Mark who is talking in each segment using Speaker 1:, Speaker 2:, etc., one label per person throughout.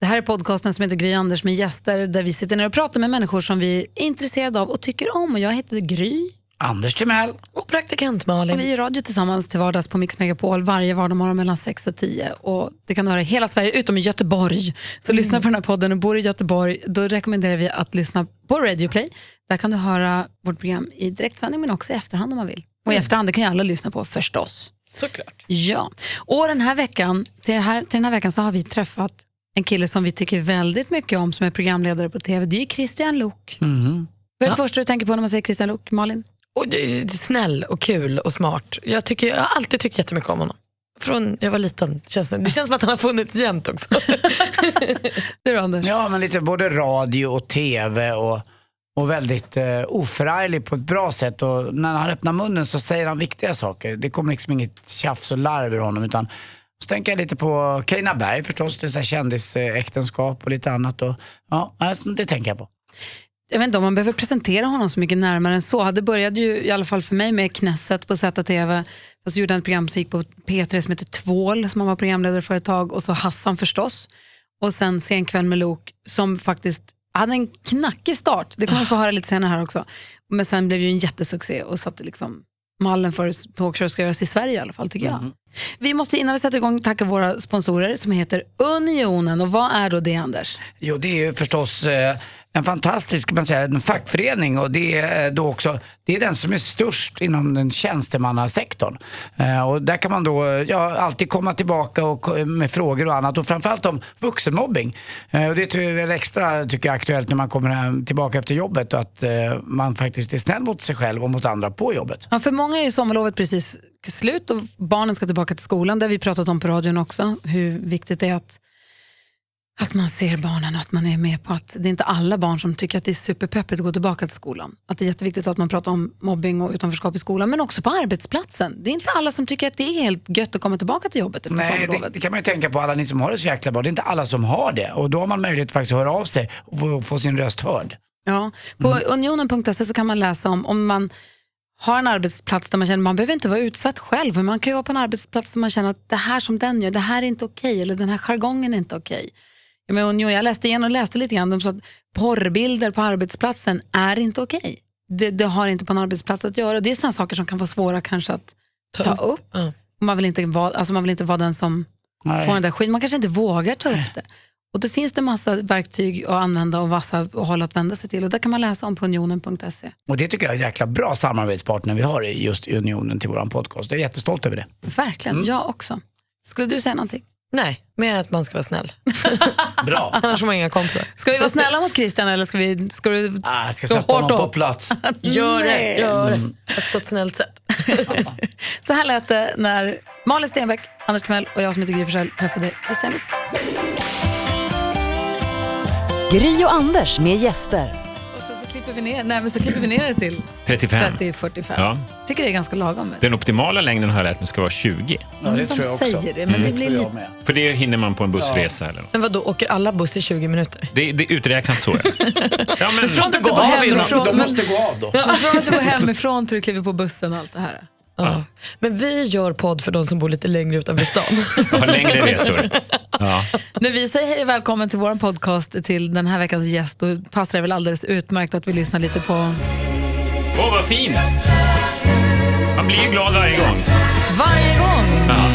Speaker 1: Det här är podcasten som heter Gry Anders med gäster där vi sitter ner och pratar med människor som vi är intresserade av och tycker om. Och jag heter Gry.
Speaker 2: Anders Timell.
Speaker 3: Och praktikant
Speaker 1: Och vi
Speaker 3: Malin.
Speaker 1: är i radio tillsammans till vardags på Mix Megapol varje vardagsmorgon mellan 6 och 10. Och det kan du höra i hela Sverige utom i Göteborg. Så lyssna på den här podden och bor i Göteborg, då rekommenderar vi att lyssna på Radio Play. Där kan du höra vårt program i direktsändning men också i efterhand om man vill. Och i efterhand, det kan ju alla lyssna på förstås.
Speaker 3: Såklart.
Speaker 1: Ja, och den här veckan, till, det här, till den här veckan så har vi träffat en kille som vi tycker väldigt mycket om som är programledare på tv. Det är ju Christian Lok. Vad är det första du tänker på när man säger Christian Lok, Malin?
Speaker 3: Och det är snäll och kul och smart. Jag, tycker, jag har alltid tyckt jättemycket om honom. Från jag var liten. Känns det. det känns som att han har funnits jämt också.
Speaker 1: Du då, Anders?
Speaker 2: Ja, men lite både radio och tv och, och väldigt eh, oförarglig på ett bra sätt. Och när han öppnar munnen så säger han viktiga saker. Det kommer liksom inget tjafs och larv ur honom. Utan, så tänker jag lite på Carina Berg förstås, det är så här kändisäktenskap och lite annat. Och, ja, alltså, det tänker jag på.
Speaker 1: jag vet inte om man behöver presentera honom så mycket närmare än så. Det började ju i alla fall för mig med Knässet på ZTV. Sen så gjorde han ett program som gick på P3 som heter Tvål som han var programledare för ett tag och så Hassan förstås. Och sen Sen kväll med Lok som faktiskt hade en knackig start. Det kommer vi få höra lite senare här också. Men sen blev det ju en jättesuccé och satte liksom mallen för talkshow ska göras i Sverige i alla fall tycker jag. Vi måste innan vi sätter igång tacka våra sponsorer som heter Unionen. Och vad är då det Anders?
Speaker 2: Jo, det är ju förstås eh, en fantastisk kan man säga, en fackförening och det är eh, då också det är den som är störst inom den tjänstemannasektorn. Eh, och där kan man då eh, ja, alltid komma tillbaka och, ko- med frågor och annat och framförallt om vuxenmobbing. Eh, och det tror jag är extra tycker jag, aktuellt när man kommer hem, tillbaka efter jobbet och att eh, man faktiskt är snäll mot sig själv och mot andra på jobbet.
Speaker 1: Ja, för många är ju sommarlovet precis slut och barnen ska tillbaka till skolan. Det har vi pratat om på radion också, hur viktigt det är att, att man ser barnen och att man är med på att det är inte alla barn som tycker att det är superpeppigt att gå tillbaka till skolan. Att det är jätteviktigt att man pratar om mobbing och utanförskap i skolan, men också på arbetsplatsen. Det är inte alla som tycker att det är helt gött att komma tillbaka till jobbet efter
Speaker 2: Nej, det,
Speaker 1: sommarlovet.
Speaker 2: det kan man ju tänka på, alla ni som har det så jäkla bra. Det är inte alla som har det och då har man möjlighet faktiskt att höra av sig och få, få sin röst hörd.
Speaker 1: Ja, på unionen.se så kan man läsa om om man har en arbetsplats där man känner man behöver inte vara utsatt själv. men Man kan ju vara på en arbetsplats där man känner att det här som den gör, det här är inte okej. eller den här jargongen är inte okej. Ja, men union, jag läste igen och läste lite grann. De sa att porrbilder på arbetsplatsen är inte okej. Det, det har inte på en arbetsplats att göra. Det är sådana saker som kan vara svåra kanske att ta,
Speaker 3: Ta
Speaker 1: upp.
Speaker 3: Ja.
Speaker 1: Och Man vill, inte vara, alltså man vill inte vara den som
Speaker 2: Nej.
Speaker 1: får den där skiten. Man kanske inte vågar ta upp det. Och då finns det massa verktyg att använda och vassa och håll att vända sig till. Och där kan man läsa om på unionen.se.
Speaker 2: Och det tycker jag är en jäkla bra samarbetspartner vi har i just Unionen till våran podcast. Jag är jättestolt över det.
Speaker 1: Verkligen, jag också. Skulle du säga någonting?
Speaker 3: Nej, mer att man ska vara snäll.
Speaker 2: Bra.
Speaker 3: Annars har man inga kompisar.
Speaker 1: Ska vi vara snälla mot Christian eller ska, vi, ska du...
Speaker 2: Ah, jag ska
Speaker 1: Så
Speaker 2: sätta honom
Speaker 1: hårt
Speaker 2: på
Speaker 1: åt.
Speaker 2: plats.
Speaker 3: Gör det,
Speaker 1: Nej.
Speaker 3: gör det. Fast på ett snällt sätt.
Speaker 1: Så här lät det när Malin Stenbeck, Anders Timell och jag som heter Gry Forssell träffade Christian Luuk.
Speaker 4: Gry och Anders med gäster.
Speaker 1: Och sen så klipper vi ner, nej, men så klipper vi ner det till
Speaker 5: 35.
Speaker 1: 30-45.
Speaker 5: Ja.
Speaker 1: tycker det är ganska lagom.
Speaker 5: Den optimala längden har jag lärt mig ska vara 20.
Speaker 2: Ja, det tror jag också. Mm.
Speaker 1: De säger det, men det blir lite...
Speaker 2: med.
Speaker 5: För det hinner man på en bussresa. Eller något.
Speaker 3: Men vad då åker alla buss i 20 minuter?
Speaker 5: det, det är uträknat så. Ja. Ja, men,
Speaker 1: Från att du går
Speaker 2: Ja, vi- de
Speaker 1: hemifrån, men,
Speaker 2: måste gå av då.
Speaker 1: från att du går hemifrån till du kliver på bussen och allt det här.
Speaker 3: Ja. Men vi gör podd för de som bor lite längre utanför stan.
Speaker 5: jag har längre resor. Ja.
Speaker 1: När vi säger hej och välkommen till vår podcast till den här veckans gäst då passar det väl alldeles utmärkt att vi lyssnar lite på
Speaker 5: Åh, vad fint! Man blir ju glad varje gång.
Speaker 1: varje gång.
Speaker 5: Ja.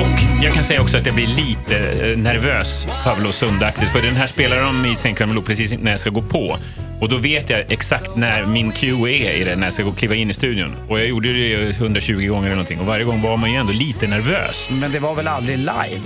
Speaker 5: Och jag kan säga också att jag blir lite eh, nervös, Pavlos hundaktigt, för den här spelar de i Sen kväll med Lo precis när jag ska gå på. Och då vet jag exakt när min cue är i det, när jag ska gå kliva in i studion. Och jag gjorde det ju 120 gånger eller någonting och varje gång var man ju ändå lite nervös.
Speaker 2: Men det var väl aldrig live?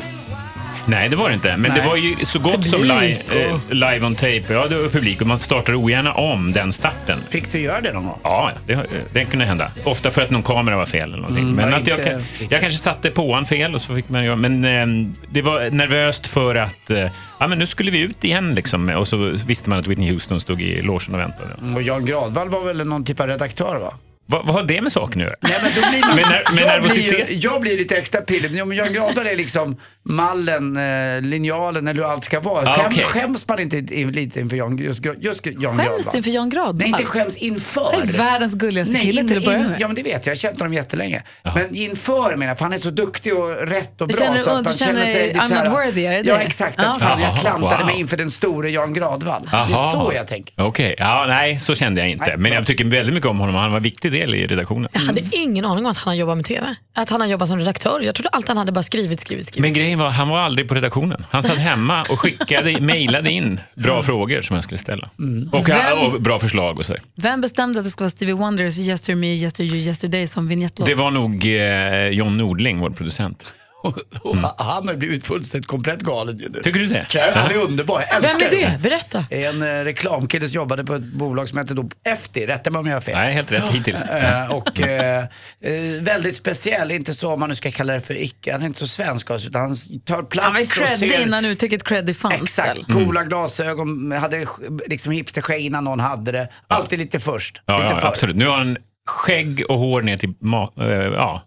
Speaker 5: Nej, det var det inte. Men
Speaker 2: Nej.
Speaker 5: det var ju så gott som
Speaker 2: Publik Oh.
Speaker 5: live,
Speaker 2: och-
Speaker 5: eh, live on tape. Ja, det var publik och man startar ogärna om den starten.
Speaker 2: Fick du göra det någon gång?
Speaker 5: Ja, det, har- det kunde hända. Ofta för att någon kamera var fel eller någonting. men
Speaker 2: Mm, ja,
Speaker 5: att jag,
Speaker 2: inte-
Speaker 5: kan- jag kanske satte påan fel och så fick man göra. Men eh, det var nervöst för att eh, ja, men nu skulle vi ut igen liksom. Och så
Speaker 2: Mm.
Speaker 5: visste man att Whitney Houston stod i logen och väntade.
Speaker 2: Och Jan Gradvall var väl någon typ av redaktör va?
Speaker 5: Vad, vad har det med saken att göra?
Speaker 2: Nej, men då blir man,
Speaker 5: Med ner- med
Speaker 2: jag, blir,
Speaker 5: nervositet?
Speaker 2: ju- jag blir lite extra pillig. Men om jag gradar är liksom mallen, eh, linjalen eller hur allt ska vara.
Speaker 5: Ah,
Speaker 2: Skäm,
Speaker 5: okej.
Speaker 2: Skäms man inte i- lite inför Jan, just, just Jan Gradvall?
Speaker 1: Skäms du för Jan Gradvall?
Speaker 2: Nej, inte skäms inför.
Speaker 1: Han är världens gulligaste kille Alltså, till att börja med.
Speaker 2: Ja, men det vet jag. Jag har känt honom jättelänge. Men inför menar jag, för han är så duktig och rätt och bra.
Speaker 1: känner du-
Speaker 2: så att man
Speaker 1: du känner
Speaker 2: känner sig
Speaker 1: dig
Speaker 2: lite
Speaker 1: I'm
Speaker 2: så här-
Speaker 1: not worthy, är det
Speaker 2: Ja,
Speaker 1: det?
Speaker 2: exakt.
Speaker 1: Ja.
Speaker 2: Att fan, jag
Speaker 5: Jaha,
Speaker 2: klantade
Speaker 5: wow.
Speaker 2: mig inför den store Jan Gradvall. Det är
Speaker 5: Aha.
Speaker 2: så jag tänker.
Speaker 5: Okej, ja, nej så kände jag inte.
Speaker 2: Nej.
Speaker 5: Men jag tycker väldigt mycket om honom. Han var en viktig del i redaktionen.
Speaker 3: Jag hade ingen aning om att han har jobbat med TV. Att han har jobbat som redaktör. Jag trodde alltid han hade bara skrivit, skrivit, skrivit.
Speaker 5: Men grejen var, han var aldrig på redaktionen. Han satt hemma och skickade, mejlade in bra frågor som jag skulle ställa. Och,
Speaker 1: Vem-
Speaker 5: och bra förslag och så.
Speaker 1: Vem bestämde att det ska vara Stevie Wonders Yesterday Me, Yesterday You, Yesterday som vignettlåt?
Speaker 5: Det var nog eh, John Nordling, vår producent.
Speaker 2: Och, och Han har ju blivit fullständigt komplett galen ju nu.
Speaker 5: Tycker du det?
Speaker 2: Kär, han är underbar, jag älskar
Speaker 3: Vem är det?
Speaker 2: honom.
Speaker 3: Berätta.
Speaker 2: En eh, reklamkille som jobbade på ett bolag som hette då FD, rätta mig om jag har fel.
Speaker 5: Nej, helt rätt hittills.
Speaker 2: Eh, och eh, eh, väldigt speciell, inte så om man nu ska kalla det för icke, han är inte så svensk av sig, utan han tar plats
Speaker 1: Han var ju
Speaker 2: och
Speaker 1: creddig
Speaker 2: ser...
Speaker 1: innan uttrycket creddig fanns.
Speaker 2: Exakt,
Speaker 5: Mm.
Speaker 2: coola glasögon, hade sk- liksom hipsterskägg innan någon hade det. Alltid lite först.
Speaker 5: Ja,
Speaker 2: lite
Speaker 5: ja
Speaker 2: före.
Speaker 5: absolut. Nu har han skägg och hår ner till ma- eh, ja.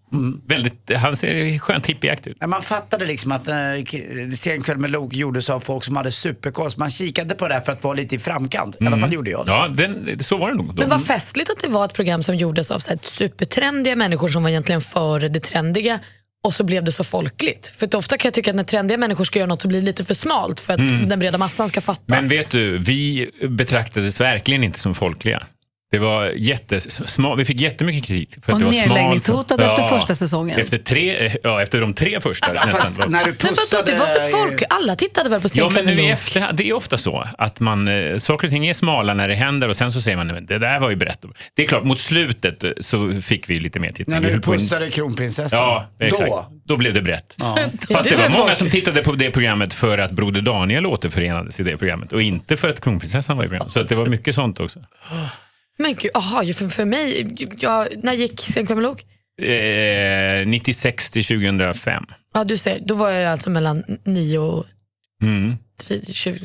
Speaker 5: väldigt, Han ser skönt hippieaktig ut.
Speaker 2: Men man fattade liksom att eh, k- Sen kväll med Lok gjordes av folk som hade superkost. Man kikade på det här för att vara lite i framkant. I alla
Speaker 5: Mm.
Speaker 2: fall gjorde jag det.
Speaker 5: Ja, den, så var det nog då.
Speaker 3: Men vad festligt att det var ett program som gjordes av så här supertrendiga människor som var egentligen före det trendiga och så blev det så folkligt. För att ofta kan jag tycka att när trendiga människor ska göra något så blir det lite för smalt för att den breda massan ska fatta.
Speaker 5: Mm. Men vet du, vi betraktades verkligen inte som folkliga. Det var jättesmal, vi fick jättemycket kritik. För
Speaker 1: Och
Speaker 5: att det var
Speaker 1: nedläggningshotat
Speaker 5: smalt.
Speaker 1: efter första säsongen.
Speaker 5: Efter, tre, ja, efter de tre första nästan.
Speaker 2: Fast när du
Speaker 3: Men vadå,
Speaker 2: pussade...
Speaker 3: det var för folk? Alla tittade väl på
Speaker 5: Ja,
Speaker 3: Sänkväll
Speaker 5: men nu
Speaker 3: med
Speaker 5: i
Speaker 3: Lok?
Speaker 5: efterhand, det är ofta så att man, eh, saker och ting är smala när det händer och sen så säger man "Nej, men det där var ju brett. Det är klart, mot slutet eh, så fick vi lite mer tittning.
Speaker 2: När
Speaker 5: Vi
Speaker 2: du
Speaker 5: höll på in-
Speaker 2: pussade kronprinsessan.
Speaker 5: Ja, exakt. Då,
Speaker 2: Då.
Speaker 5: blev det brett. Fast
Speaker 3: Det
Speaker 5: det var
Speaker 3: blev
Speaker 5: många
Speaker 3: folk.
Speaker 5: som tittade på det programmet för att Broder Daniel återförenades i det programmet och inte för att kronprinsessan var i programmet. Så att det var mycket sånt också.
Speaker 3: Men gud, aha, ju för, för mig, jag, när gick Sänkväll med Lok?
Speaker 5: Eh, 96 till 2005.
Speaker 3: Ja, du ser, då var jag alltså mellan 9 och
Speaker 5: Mm.
Speaker 3: 10, 20,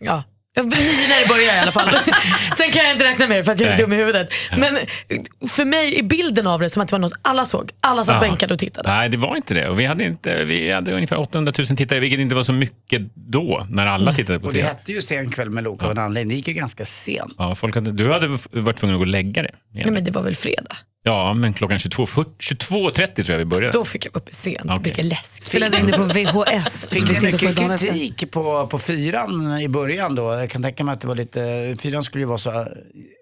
Speaker 3: ja. Ja, men Nio när det börjar i alla fall. Sen kan jag inte räkna med det för att jag är
Speaker 5: Nej.
Speaker 3: dum i huvudet. Men eh, för mig är bilden av det som att det var något alla såg. Alla satt
Speaker 5: Aha.
Speaker 3: bänkade och tittade.
Speaker 5: Nej, det var inte det. Och vi, hade inte, vi hade ungefär 800 000 tittare, vilket inte var så mycket då, när alla tittade på
Speaker 2: Och det
Speaker 5: det.
Speaker 2: hette ju Sen kväll med Lok av en anledning. Det gick ju ganska sent.
Speaker 5: Ja, folk hade, du hade f- varit tvungen att gå och lägga det.
Speaker 3: Nej, men det var väl fredag.
Speaker 5: Ja, men klockan 22.40 22.30 tror jag vi började.
Speaker 3: Då fick jag vara uppe sent och
Speaker 5: Okej.
Speaker 3: dricka läsk.
Speaker 1: Spelade in det på VHS. som
Speaker 2: Fick
Speaker 1: vi tittade
Speaker 2: ni mycket
Speaker 1: på dagen efter.
Speaker 2: kritik på, på fyran i början då? Jag kan tänka mig att det var lite, fyran skulle ju vara så,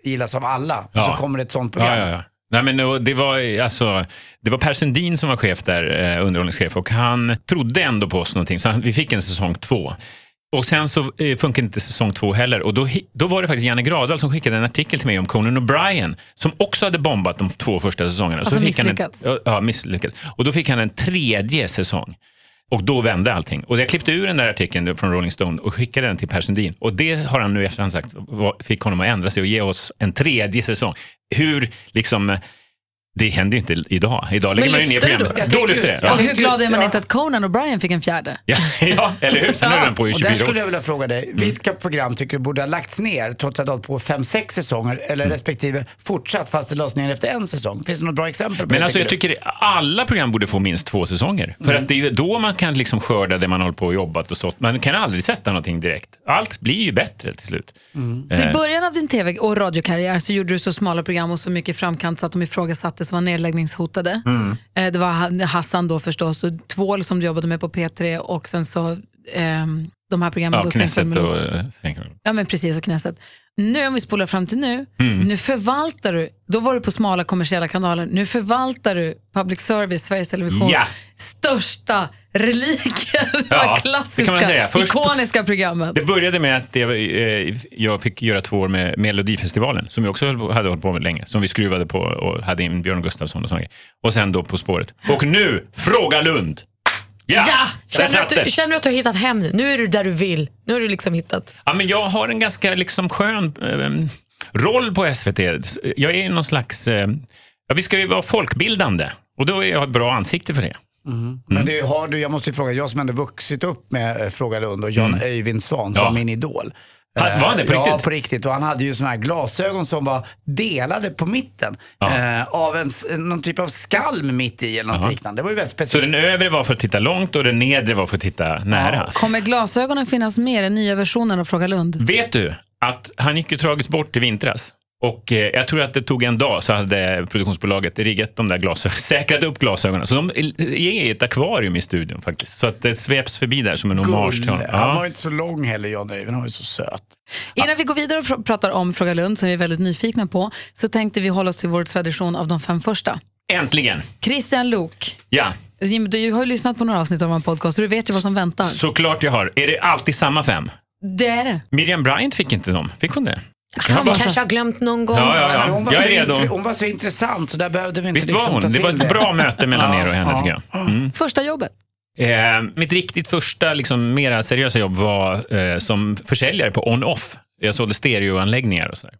Speaker 2: gillas av alla.
Speaker 5: Ja.
Speaker 2: Så kommer det ett sånt program.
Speaker 5: Ja, ja, ja. Nej, men det- det, var, alltså, det var Per Sundin som var chef där, eh, underhållningschef, och han trodde ändå på oss någonting, så han, vi fick en säsong två. Och sen så eh, funkade inte säsong två heller. Och då, hi- då var det faktiskt Janne Gradal som skickade en artikel till mig om Conan O'Brien, som också hade bombat de två första säsongerna.
Speaker 1: Alltså
Speaker 5: fick han
Speaker 1: misslyckats.
Speaker 5: En, ja, misslyckats. Och då fick han en tredje säsong. Och då vände allting. Och jag klippte ur den där artikeln från Rolling Stone och skickade den till Per Sundin. Och det har han nu i efterhand sagt var- fick honom att ändra sig och ge oss en tredje säsong. Hur, liksom, det händer ju inte idag. Idag lägger man ju ner
Speaker 3: lyfte det då?
Speaker 5: programmet. Då lyfter det.
Speaker 2: Ja.
Speaker 5: Ja.
Speaker 1: Och hur glad är man
Speaker 2: Ja.
Speaker 1: inte att Conan och Brian fick en fjärde?
Speaker 5: Ja, ja, eller hur? Sen höll den på i
Speaker 2: Och där
Speaker 5: 24
Speaker 2: skulle
Speaker 5: år. Mm.
Speaker 2: jag vilja fråga dig, vilka program tycker du borde ha lagts ner trots att det har hållit på fem, sex säsonger eller
Speaker 5: Mm.
Speaker 2: respektive fortsatt fast det lades ner efter en säsong? Finns det något bra exempel på
Speaker 5: Men
Speaker 2: det?
Speaker 5: alltså, jag
Speaker 2: du?
Speaker 5: tycker alla program borde få minst två säsonger. För att det är ju då man kan liksom skörda det man håller på och jobbat och sånt. Man kan aldrig sätta någonting direkt. Allt blir ju bättre till slut.
Speaker 1: Så
Speaker 5: Eh.
Speaker 1: i början av din tv och radiokarriär så gjorde du så smala program och så mycket i framkant så att de ifrågasattes och var nedläggningshotade. Eh, Det var Ha- Hassan då förstås och Tvål som du jobbade med på P3 och sen så ehm, de här programmen.
Speaker 5: Ja,
Speaker 1: då, Tänk på
Speaker 5: Knesset
Speaker 1: Melon.
Speaker 5: och... eh, tänker jag.
Speaker 1: Ja men precis, och Knesset. Nu om vi spolar fram till nu,
Speaker 5: Mm.
Speaker 1: nu förvaltar du, då var du på smala kommersiella kanaler, nu förvaltar du public service, Sveriges Televisions
Speaker 5: Ja.
Speaker 1: största reliker,
Speaker 5: Ja,
Speaker 1: ja,
Speaker 5: det kan man
Speaker 1: klassiska,
Speaker 5: säga. Först-
Speaker 1: ikoniska programmet.
Speaker 5: Det började med att jag, eh, jag fick göra två år med Melodifestivalen, som jag också höll på- hade hållit på med länge, som vi skruvade på och hade in Björn Gustafsson och sånt. Och sen då På spåret. Och nu, Fråga Lund! Ja! Där
Speaker 3: Känner du,
Speaker 5: satt
Speaker 3: att du,
Speaker 5: det.
Speaker 3: känner du att du har hittat hem nu? Nu är du där du vill. Nu har du liksom hittat.
Speaker 5: Ja, men jag har en ganska liksom skön eh, roll på SVT. Jag är någon slags... Eh, ja, vi ska ju vara folkbildande och då är jag ett bra ansikte för det.
Speaker 2: Men det
Speaker 5: Mm.
Speaker 2: har du, jag måste ju fråga, jag som ändå vuxit upp med eh, Fråga Lund och Jan Öyvind Svan som
Speaker 5: Mm. Ja.
Speaker 2: var min idol. Eh,
Speaker 5: Han- var han det på
Speaker 2: ja,
Speaker 5: riktigt?
Speaker 2: på riktigt. Och han hade ju såna här glasögon som var delade på mitten.
Speaker 5: Ja.
Speaker 2: Eh, av en, s- någon typ av skalm mitt i eller något
Speaker 5: Jaha.
Speaker 2: liknande. Det var ju väldigt
Speaker 5: Så
Speaker 2: speciellt.
Speaker 5: den övre var för att titta långt och den nedre var för att titta nära.
Speaker 1: Kommer glasögonen finnas med i den nya versionen av Fråga Lund?
Speaker 5: Vet du att han gick ju tragiskt bort i vintras? Och eh, jag tror att det tog en dag så hade produktionsbolaget riggat de där glasögonen, säkrat upp glasögonen. Så de är i ett akvarium i studion faktiskt. Så att det sveps förbi där som en hommage till honom.
Speaker 2: Han var
Speaker 5: Ja.
Speaker 2: ju inte så lång heller, John Öiven. Han var ju så söt.
Speaker 1: Innan vi går vidare och pr- pratar om Fråga Lund, som vi är väldigt nyfikna på, så tänkte vi hålla oss till vår tradition av de fem första.
Speaker 5: Äntligen!
Speaker 1: Christian Lok,
Speaker 5: Ja,
Speaker 1: Jim, du har ju lyssnat på några avsnitt av vår podcast, så du vet ju vad som väntar.
Speaker 5: såklart jag har. Är det alltid samma fem?
Speaker 1: Det är det.
Speaker 5: Miriam Bryant fick inte dem. Fick hon det?
Speaker 3: Han kanske har glömt någon gång.
Speaker 5: Ja, ja,
Speaker 2: Hon,
Speaker 5: ja.
Speaker 2: var
Speaker 5: Jag är
Speaker 2: så int-
Speaker 5: redo.
Speaker 2: hon var så intressant så där behövde vi inte
Speaker 5: Visst var
Speaker 2: liksom ta
Speaker 5: hon? Det var
Speaker 2: till
Speaker 5: ett bra möte mellan er och henne
Speaker 2: Ja,
Speaker 5: tycker jag.
Speaker 1: Första jobbet.
Speaker 5: Eh, mitt riktigt första, liksom, mera seriösa jobb var eh, som försäljare på on-off. Jag sålde stereoanläggningar och sådär.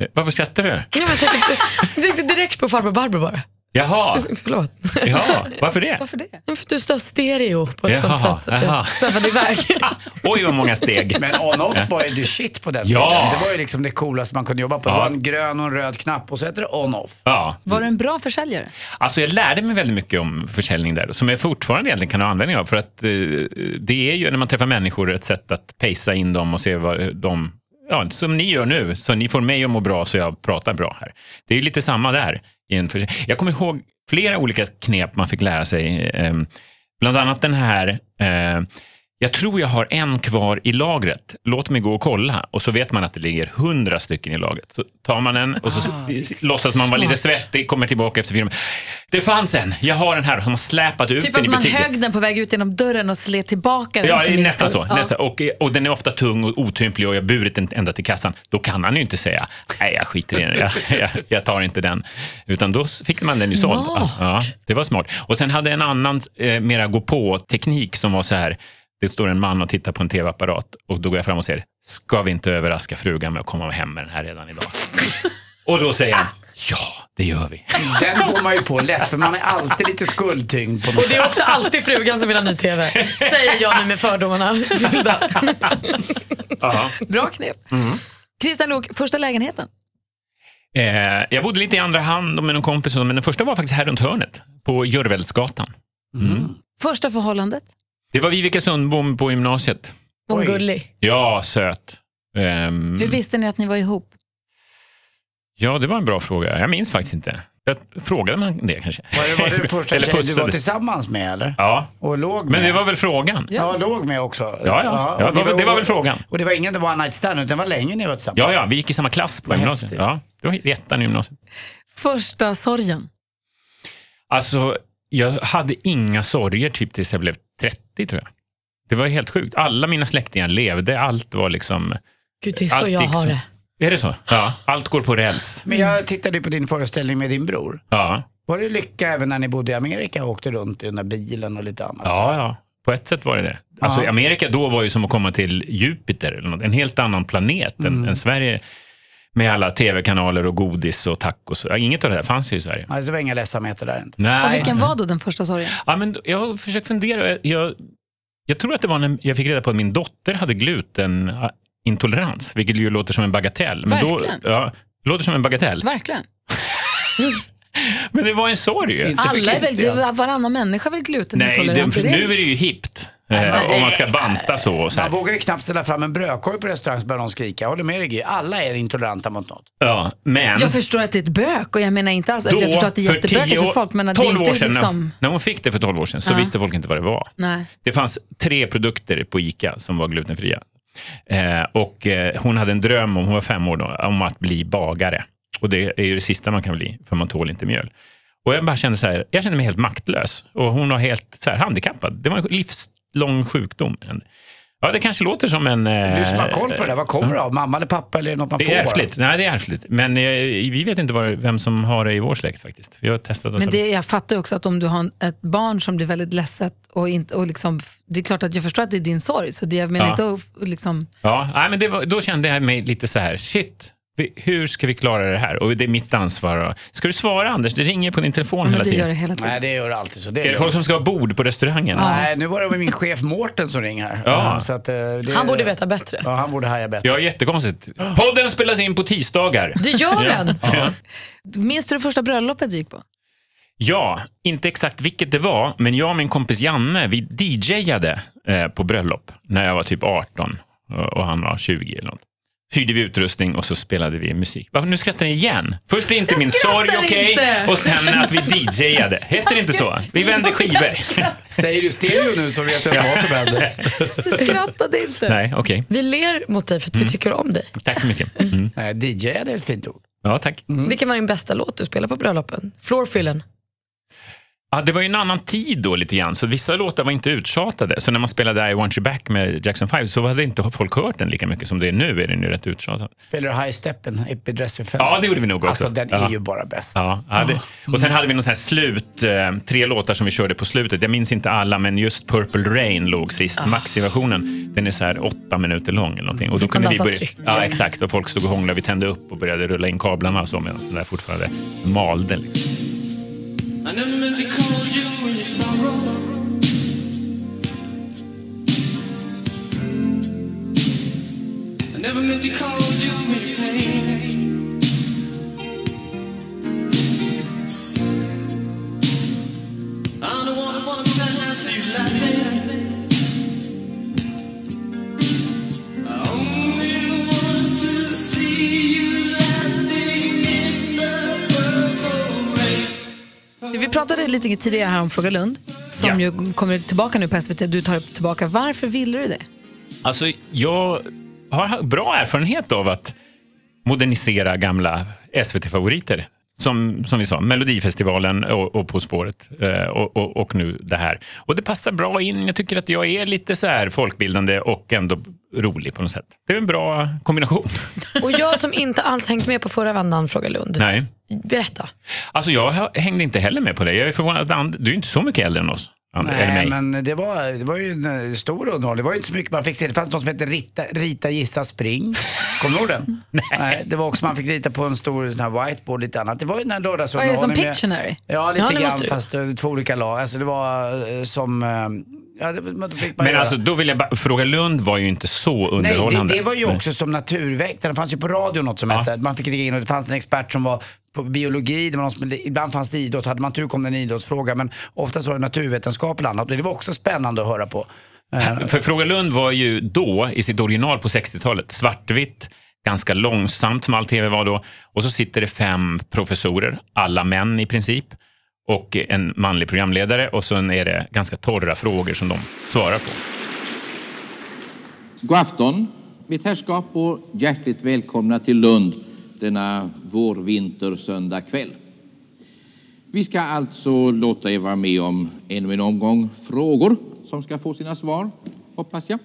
Speaker 5: Eh, Varför skrattar du?
Speaker 3: Nej, men jag tänkte, jag tänkte direkt på farbror Barbro bara.
Speaker 5: Jaha,
Speaker 3: Förlåt.
Speaker 5: ja, varför det?
Speaker 1: Varför det?
Speaker 3: Men För att du sa stereo på ett
Speaker 5: Jaha,
Speaker 3: sånt sätt att
Speaker 5: jaha.
Speaker 3: jag svävade iväg.
Speaker 5: Oj, vad många steg.
Speaker 2: Men on-off var ju the shit på den
Speaker 5: Ja.
Speaker 2: tiden. Det var ju liksom det coolaste man kunde jobba på.
Speaker 5: Ja.
Speaker 2: Det var en grön och en röd knapp och så hette det on-off.
Speaker 5: Ja,
Speaker 1: Var du en bra försäljare?
Speaker 5: alltså jag lärde mig väldigt mycket om försäljning där, som jag fortfarande egentligen kan ha användning av. För att eh, det är ju när man träffar människor ett sätt att pacea in dem och se vad de... Ja, som ni gör nu, så ni får mig att må bra så jag pratar bra här. Det är ju lite samma där. I en försä- jag kommer ihåg flera olika knep man fick lära sig. Eh, bland annat den här, eh, jag tror jag har en kvar i lagret. Låt mig gå och kolla. Och så vet man att det ligger hundra stycken i lagret. Så tar man en och så låtsas man vara lite svettig, kommer tillbaka efter filmen. Det fanns en, jag har den här. Och så har man släpat ut
Speaker 1: Typ
Speaker 5: den
Speaker 1: att
Speaker 5: i
Speaker 1: man
Speaker 5: butiken.
Speaker 1: högg den på väg ut genom dörren och slet tillbaka den.
Speaker 5: Ja,
Speaker 1: för min
Speaker 5: nästan
Speaker 1: skull.
Speaker 5: så. Nästan. Och, och den är ofta tung och otymplig och jag har burit den ända till kassan. Då kan han ju inte säga, nej jag skiter i den, jag, jag, jag tar inte den. Utan då fick man den ju såld.
Speaker 1: Smart.
Speaker 5: Ja, det var smart. Och sen hade en annan eh, mera gå på-teknik som var så här, det står en man och tittar på en tv-apparat och då går jag fram och säger, ska vi inte överraska frugan med att komma hem med den här redan idag? och då säger han, ja det gör vi.
Speaker 2: Den går man ju på lätt för man är alltid lite skuldtyngd på något
Speaker 3: Och det är också alltid frugan som vill ha ny TV. Säger jag nu med fördomarna fyllda.
Speaker 1: Bra knep.
Speaker 5: Mm.
Speaker 1: Christian Lok, första lägenheten.
Speaker 5: Eh, jag bodde lite i andra hand med någon kompis, men den första var faktiskt här runt hörnet, på Jörvelsgatan.
Speaker 1: Första förhållandet.
Speaker 5: Det var Vivica Sundbom på gymnasiet.
Speaker 3: Hon
Speaker 2: Oj.
Speaker 3: gullig.
Speaker 5: Ja, söt. Ehm,
Speaker 1: Hur visste ni att ni var ihop?
Speaker 5: ja, det var en bra fråga. Jag minns faktiskt inte. Jag frågade man det kanske?
Speaker 2: Var det, var det den första
Speaker 5: Eller
Speaker 2: tjejen du var
Speaker 5: pussade.
Speaker 2: tillsammans med eller?
Speaker 5: Ja,
Speaker 2: Och låg med?
Speaker 5: men det var väl frågan? Ja,
Speaker 2: Ja, låg med också.
Speaker 5: ja. ja,
Speaker 2: och
Speaker 5: det, var, det var väl frågan.
Speaker 2: Och det var ingen one night stand utan det var länge ni var tillsammans?
Speaker 5: Ja, ja, vi gick i samma klass på
Speaker 2: Vad
Speaker 5: gymnasiet.
Speaker 2: häftigt.
Speaker 5: Ja, det var i ettan i gymnasiet.
Speaker 1: Första sorgen.
Speaker 5: Alltså, jag hade inga sorger typ tills jag blev 30 tror jag. Det var helt sjukt. Alla mina släktingar levde, allt var liksom...
Speaker 3: Gud, det är
Speaker 5: allt
Speaker 3: så jag
Speaker 5: gick
Speaker 3: har
Speaker 5: som-
Speaker 3: det.
Speaker 5: Är det så? Ja, allt går på räls.
Speaker 2: Men jag tittade ju på din föreställning med din bror.
Speaker 5: Ja.
Speaker 2: Var det lycka även när ni bodde i Amerika och åkte runt i den där bilen och lite annat?
Speaker 5: Ja, ja. På ett sätt var det det. Alltså,
Speaker 2: Ja.
Speaker 5: Amerika då var ju som att komma till Jupiter, eller något. en helt annan planet än, än Sverige. Med alla tv-kanaler och godis och tacos. Ja, Inget av det där fanns ju i Sverige.
Speaker 2: Nej, det var inga ledsamheter där inte.
Speaker 5: Nej.
Speaker 1: Och vilken var då den första sorgen?
Speaker 5: Ja, men jag har försökt fundera. Jag, jag tror att det var när jag fick reda på att min dotter hade glutenintolerans, vilket ju låter som en bagatell. Men då,
Speaker 1: Verkligen.
Speaker 5: ja, låter som en bagatell.
Speaker 1: Verkligen.
Speaker 5: Men det var en sorg ju.
Speaker 2: Inte för
Speaker 1: Alla är väl, det
Speaker 2: Christian.
Speaker 1: är varannan människa är väl
Speaker 5: Nej, det,
Speaker 1: glutenintolerant?
Speaker 5: för
Speaker 1: är
Speaker 5: nu är det ju hippt. Eh, om man ska banta så och så här.
Speaker 2: Man vågar ju knappt ställa fram en brödkorv på restaurang så börjar någon skrika. Jag håller med dig Gry. alla är intoleranta mot något.
Speaker 5: Ja, men...
Speaker 1: Jag förstår att det är ett bök och jag menar inte alls, alltså, jag förstår att det är jättebökigt för, folk men att det är
Speaker 5: 12
Speaker 1: inte
Speaker 5: år sedan, när-
Speaker 1: liksom...
Speaker 5: när hon fick det för 12 år sedan så
Speaker 1: Ja.
Speaker 5: visste folk inte vad det var.
Speaker 1: Nej.
Speaker 5: Det fanns tre produkter på ICA som var glutenfria. Eh, och eh, hon hade en dröm, om hon var fem år då, om att bli bagare. Och det är ju det sista man kan bli, för man tål inte mjöl. Och jag bara kände så här, jag kände mig helt maktlös. Och hon var helt så här, handikappad. Det var en livslång sjukdom. Ja, det kanske låter som en... eh,
Speaker 2: Du som har koll på det där, vad kommer det av? Mamma eller pappa eller är det något man
Speaker 5: Det
Speaker 2: får?
Speaker 5: är
Speaker 2: bara?
Speaker 5: ärftligt. Nej, det är ärftligt. Men eh, vi vet inte vad, det- vem som har det i vår släkt faktiskt. Vi har testat oss
Speaker 1: Men det, jag fattar ju också att om du har en- ett barn som blir väldigt ledset och, inte, och liksom, det är klart att jag förstår att det är din sorg, så det, jag menar
Speaker 5: Ja.
Speaker 1: inte att liksom...
Speaker 5: Ja, nej, men det var, då kände jag mig lite så här, shit, Vi- Hur ska vi klara det här? Och det är mitt ansvar. och- Ska du svara Anders? Det ringer på din telefon hela
Speaker 1: det
Speaker 5: tiden.
Speaker 1: gör det hela tiden.
Speaker 2: Nej, det gör det alltid så. Det
Speaker 5: Är det folk
Speaker 2: lugnt.
Speaker 5: som ska ha bord på restaurangen?
Speaker 2: Nej, nu var det väl min chef Mårten som ringer här.
Speaker 5: Ja.
Speaker 2: Så att, eh, det...
Speaker 3: Han borde veta bättre.
Speaker 2: Ja, han borde haja bättre.
Speaker 5: Ja, jättekonstigt. Podden spelas in på tisdagar.
Speaker 3: Det gör den!
Speaker 5: Ja.
Speaker 1: Minns du det första bröllopet du gick på?
Speaker 5: Ja, inte exakt vilket det var, men jag och min kompis Janne, vi DJade eh, på bröllop när jag var typ 18 och- och han var 20 eller något. Hyrde vi utrustning och så spelade vi musik. Va, nu skrattar ni igen. Först är inte
Speaker 3: Jag
Speaker 5: min sorg
Speaker 3: skrattar
Speaker 5: okej
Speaker 3: inte.
Speaker 5: och sen att vi DJade. Heter det inte så? Vi vände skivor.
Speaker 2: Säger du stereo nu så vet jag inte vad som händer.
Speaker 3: Du skrattade inte.
Speaker 5: Nej, Mm. okej.
Speaker 3: Vi ler mot dig för att vi tycker om dig.
Speaker 5: Tack så mycket. Mm.
Speaker 2: Nej, DJ är ett fint ord.
Speaker 5: Ja, tack.
Speaker 3: Vilken var din bästa låt du spelade på bröllopen? Floorfillen.
Speaker 5: Ja, det var ju en annan tid då lite grann, så vissa låtar var inte uttjatade. Så när man spelade I want you back med Jackson 5 så hade inte folk hört den lika mycket som det är nu. Är den ju rätt uttjatad.
Speaker 2: Spelar du High Steppen, Epi Dresser Fest?
Speaker 5: Ja, det gjorde vi nog också.
Speaker 2: Alltså, den
Speaker 5: Ja.
Speaker 2: är ju bara bäst.
Speaker 5: Ja, ja,
Speaker 3: Ah.
Speaker 5: det, och sen hade vi någon sån här slut, eh, tre låtar som vi körde på slutet. Jag minns inte alla, men just Purple Rain låg sist,
Speaker 3: Ah.
Speaker 5: maxiversionen. Den är så här åtta minuter lång eller någonting. Och då kunde vi
Speaker 3: dansa
Speaker 5: börja,
Speaker 3: tryck.
Speaker 5: ja, exakt. Och folk stod och hånglade, vi tände upp och började rulla in kablarna och så medan den där fortfarande malde. Liksom.
Speaker 6: I never meant to call you when you sorrow. I never meant to call you when you pain. I'm the one who wants to have you laughing. I only want to see you laughing in the purple rain.
Speaker 1: Vi pratade lite tidigare här om Fråga Lund, som
Speaker 5: Ja.
Speaker 1: ju kommer tillbaka nu på SVT. Du tar upp tillbaka. Varför ville du det?
Speaker 5: Alltså, jag har ha- bra erfarenhet av att modernisera gamla SVT-favoriter. Som, som vi sa, Melodifestivalen och, och På spåret eh, och, och, och nu det här. Och det passar bra in. Jag tycker att jag är lite så här folkbildande och ändå rolig på något sätt. Det är en bra kombination.
Speaker 3: Och jag som inte alls hängt med på förra vändan frågar Lund.
Speaker 5: Nej.
Speaker 3: Berätta.
Speaker 5: Alltså jag ha- hängde inte heller med på det. Jag är förvånad att And- du är inte så mycket äldre än oss. And- eller mig.
Speaker 2: Nej, men det var, det var ju en eh, stor underhållning. Det var ju inte så mycket man fick se. Det fanns något som hette Rita, Rita gissa spring. Kommer du ihåg den? Nej. Det var också man fick rita på en stor sån här whiteboard lite annat. Det var ju den här
Speaker 1: Vad är det som
Speaker 2: lördagsunderhållningen. med-
Speaker 1: Pictionary?
Speaker 2: Ja, lite
Speaker 3: Ja, det
Speaker 2: grann
Speaker 3: måste du.
Speaker 2: fast eh, två olika lag. Alltså det var eh, som... eh, Ja, det, men då fick man
Speaker 5: Men
Speaker 2: göra.
Speaker 5: alltså, då vill jag bara, Fråga Lund var ju inte så
Speaker 2: Nej, det,
Speaker 5: underhållande.
Speaker 2: det var ju också som naturväktare. Det fanns ju på radio något som hette, man fick ringa in och det fanns en expert som var på biologi, det var någon som, ibland fanns det idrott, hade man tur kom det en idrottsfråga men oftast var det naturvetenskap eller annat och det var också spännande att höra på. Eh,
Speaker 5: För Fråga Lund var ju då, i sitt original på 60-talet, svartvitt, ganska långsamt som all tv var då. Och så sitter det fem professorer, alla män i princip, och en manlig programledare. Och sen är det ganska torra frågor som de svarar på.
Speaker 7: God afton, mitt herrskap och hjärtligt välkomna till Lund denna vår-vinter-söndag kväll. Vi ska alltså låta er vara med om ännu en omgång frågor som ska få sina svar, hoppas jag.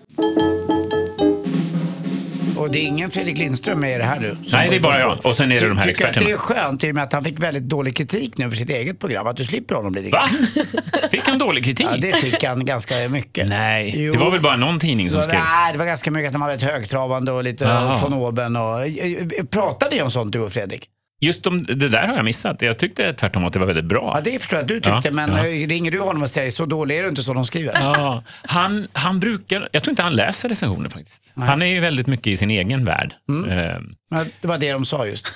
Speaker 2: Och det är ingen Fredrik Lindström med i det här nu? som-
Speaker 5: Nej, det är bara jag. Och sen är det de här
Speaker 2: Tycker att det är
Speaker 5: experterna.
Speaker 2: skönt i och med att han fick väldigt dålig kritik nu för sitt eget program, att du slipper honom lite
Speaker 5: Va?
Speaker 2: grann?
Speaker 5: Fick han dålig kritik?
Speaker 2: Ja, det fick han ganska mycket.
Speaker 5: Nej,
Speaker 2: Jo.
Speaker 5: det var väl bara någon tidning som
Speaker 2: Det var-
Speaker 5: skrev.
Speaker 2: Nej, det var ganska mycket att de var väldigt högtravande och lite
Speaker 5: Jaha.
Speaker 2: eh, von oben och... eh, eh, Pratade ni om sånt du och Fredrik?
Speaker 5: Just om, det där har jag missat. Jag tyckte tvärtom att det var väldigt bra.
Speaker 2: Ja, det förstår jag att du tyckte,
Speaker 5: Ja,
Speaker 2: men
Speaker 5: ja.
Speaker 2: eh, ringer du honom och säger så dålig är du inte som de skriver?
Speaker 5: Ja, han, han brukar, jag tror inte han läser recensioner faktiskt. Han är ju väldigt mycket i sin egen värld.
Speaker 2: Mm.
Speaker 5: Ehm,
Speaker 2: Men Det var det de sa just.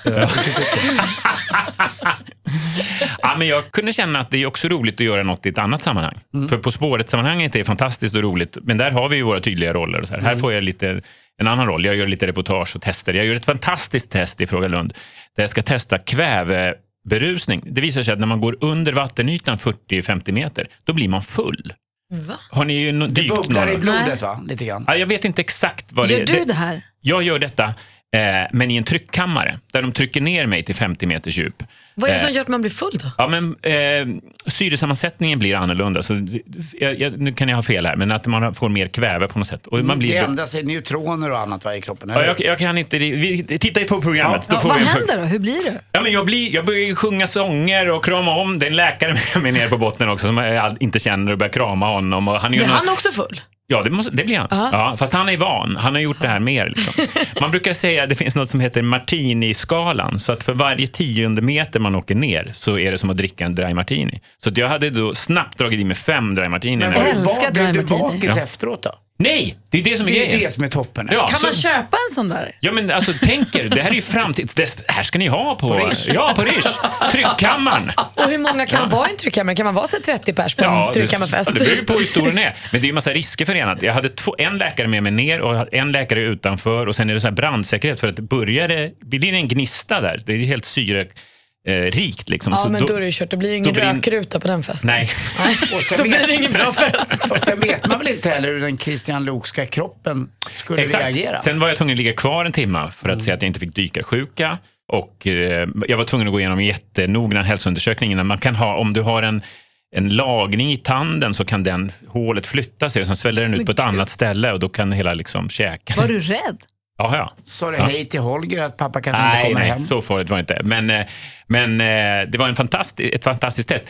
Speaker 5: Ja, men jag kunde känna att det är också roligt att göra något i ett annat sammanhang. För På spåret-sammanhanget är fantastiskt och roligt, men där har vi ju våra tydliga roller. Och så här. här får jag lite, en annan roll. Jag gör lite reportage och tester. Jag gör ett fantastiskt test i Fråga Lund där jag ska testa kväveberusning. Det visar sig att när man går under vattenytan 40-50 meter, då blir man full.
Speaker 3: Va?
Speaker 5: Har ni ju nå- dykt
Speaker 2: Bubblar i
Speaker 5: någon?
Speaker 2: blodet va, lite grann.
Speaker 5: Ja, jag vet inte exakt vad det
Speaker 1: Gör
Speaker 5: är.
Speaker 1: du det här?
Speaker 5: Jag gör detta, eh, men i en tryckkammare där de trycker ner mig till 50 meters djup.
Speaker 3: Vad är det
Speaker 5: Eh,
Speaker 3: som gör att man blir full då?
Speaker 5: Ja, men, eh, syresammansättningen blir annorlunda. Så, det- jag, jag, nu kan jag ha fel här, men att man får mer kväve på något sätt. Och man blir,
Speaker 2: Mm, Det ändrar sig, neutroner och annat va, i kroppen.
Speaker 5: ja,
Speaker 2: eller?
Speaker 5: jag, jag kan inte... Vi, titta på programmet. då
Speaker 1: Ja,
Speaker 5: får
Speaker 1: vad
Speaker 5: vi en-
Speaker 1: händer då? Hur blir det?
Speaker 5: Ja, men jag, blir, jag börjar ju sjunga sånger och krama om. Det är en läkare med mig nere på botten också som jag all- inte känner och börjar krama honom. Och han är ju
Speaker 3: Blir
Speaker 5: någon-
Speaker 3: han också full?
Speaker 5: Ja, det, måste, det blir han. Ja, fast han är van. Han har gjort det här mer. Liksom. Man brukar säga att det finns något som heter martini-skalan. Så att för varje tionde meter man åker ner så är det som att dricka en dry martini. Så att jag hade då snabbt dragit i mig fem dry martini.
Speaker 1: vad-
Speaker 5: När...
Speaker 1: älskar
Speaker 2: Var
Speaker 1: dry
Speaker 2: du
Speaker 1: martini.
Speaker 2: bakis
Speaker 5: Ja.
Speaker 2: efteråt då?
Speaker 5: Nej, det är det som är
Speaker 2: Det är
Speaker 5: grejen.
Speaker 2: det som är toppen.
Speaker 5: Ja,
Speaker 1: Kan
Speaker 5: så-
Speaker 1: man köpa en sån där?
Speaker 5: Ja men alltså tänk er, det här är ju framtidsdest. Här ska ni ha på... ja, på Rish. Tryckkammaren.
Speaker 3: Och hur många kan vara i en tryckkammare? Kan man vara så här 30 pers på en tryckkammarfest?
Speaker 5: Det, det beror ju på hur stor den är. Men det är ju massa risker förenat. Jag hade två, en läkare med mig ner och jag hade en läkare utanför och sen är det så här brandsäkerhet för att det börjar det blir det en gnista där. Det är ju helt syrerikt eh, rikt liksom.
Speaker 3: Ja,
Speaker 5: Så
Speaker 3: men då är det ju kört. Det blir ju ingen
Speaker 5: då blir det-
Speaker 3: rökruta på den festen.
Speaker 5: Nej.
Speaker 2: Och sen vet-
Speaker 3: Då blir det ingen bra fest.
Speaker 2: Och sen vet man väl inte heller hur den kristianlokska kroppen skulle reagera.
Speaker 5: Sen var jag tvungen att ligga kvar en timme för att se att jag inte fick dykarsjuka. Och eh, jag var tvungen att gå igenom en jättenoggrann hälsoundersökning innan. Man kan ha, om du har en, en lagning i tanden så kan den hålet flytta sig och sen sväller den ut på ett annat ställe och då kan hela liksom käken...
Speaker 1: Var du rädd?
Speaker 5: Ja, ja.
Speaker 2: Sa du hej till Holger att pappa kanske inte
Speaker 5: Nej,
Speaker 2: kommer
Speaker 5: nej,
Speaker 2: hem?
Speaker 5: så farligt var det inte. Men, eh, men eh, det var en fantasti- ett fantastiskt test.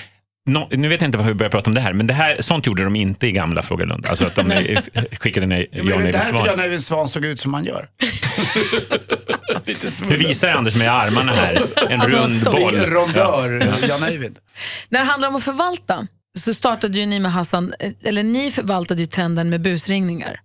Speaker 5: Nå- nu vet jag inte varför vi börjar prata om det här, men det här, sånt gjorde de inte i gamla Fråga Lund. Alltså att de eh, skickade ner
Speaker 2: Jo, men
Speaker 5: Jan
Speaker 2: det är
Speaker 5: Evert
Speaker 2: därför
Speaker 5: Svan.
Speaker 2: Jan Evert Svan såg ut som han gör. Lite
Speaker 5: Nu visar Anders med armarna här,
Speaker 2: Alltså,
Speaker 5: en rund
Speaker 1: står-
Speaker 5: boll.
Speaker 2: Rondör, Jan Evert.
Speaker 1: När det handlar om att förvalta så startade ju ni med Hassan, eh, eller ni förvaltade ju trenden med busringningar.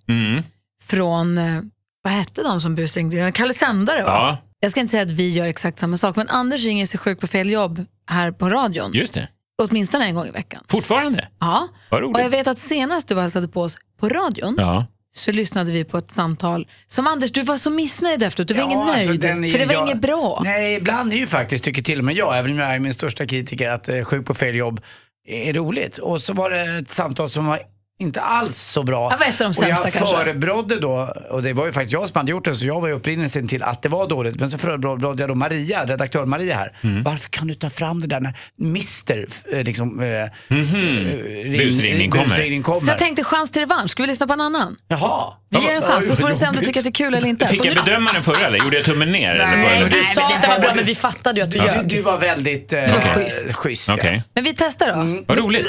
Speaker 1: Från, eh, vad hette de som busringde? Kalle Sändare va?
Speaker 5: Ja,
Speaker 1: Jag ska inte säga att vi gör exakt samma sak, men Anders ringer sig sjuk på fel jobb här på radion.
Speaker 5: just det.
Speaker 1: Åtminstone en gång i veckan.
Speaker 5: Fortfarande.
Speaker 1: Ja.
Speaker 5: Vad
Speaker 1: Och jag
Speaker 5: roligt.
Speaker 1: vet att senast du hälsade på oss på radion
Speaker 5: Ja.
Speaker 1: så lyssnade vi på ett samtal som Anders, du var så missnöjd efteråt. Du var ingen
Speaker 2: Ja, alltså,
Speaker 1: nöjd,
Speaker 2: den är
Speaker 1: för det var
Speaker 2: jag-
Speaker 1: inget bra.
Speaker 2: Nej, ibland är ju faktiskt, tycker till och med jag, även om jag är min största kritiker, att eh, sjuk på fel jobb är roligt. Och så var det ett samtal som var inte alls så bra.
Speaker 1: Ja, vad heter de
Speaker 2: och jag
Speaker 1: sämsta kanske?
Speaker 2: förebrådde då, och det var ju faktiskt jag som hade gjort det, så jag var ju upprinnelsen till att det var dåligt. Men så förebrådde jag då Maria, redaktör Maria här.
Speaker 5: Mm.
Speaker 2: Varför kan du ta fram det där när Mr. eh, liksom, eh, ring-
Speaker 5: Mhm. Busringning kommer.
Speaker 2: busringning kommer.
Speaker 1: Så jag tänkte chans till revansch, ska vi lyssna på en annan?
Speaker 2: Jaha.
Speaker 1: Vi ger en chans så
Speaker 2: Oj,
Speaker 1: får du se om du
Speaker 2: jobbigt.
Speaker 1: tycker att det är kul eller inte.
Speaker 5: Fick
Speaker 1: Och nu-
Speaker 5: jag bedöma den förra eller gjorde jag tummen ner? eller
Speaker 2: Nej,
Speaker 5: bara-
Speaker 3: Du
Speaker 2: Nej,
Speaker 3: sa
Speaker 2: men
Speaker 3: att det var
Speaker 2: det-
Speaker 3: bra, men vi fattade ju att du
Speaker 2: Du,
Speaker 3: ljög.
Speaker 2: du var väldigt eh,
Speaker 1: var schysst.
Speaker 2: schysst, ja.
Speaker 5: Okej,
Speaker 1: Men vi testar då.
Speaker 3: Mm.
Speaker 5: vad roligt.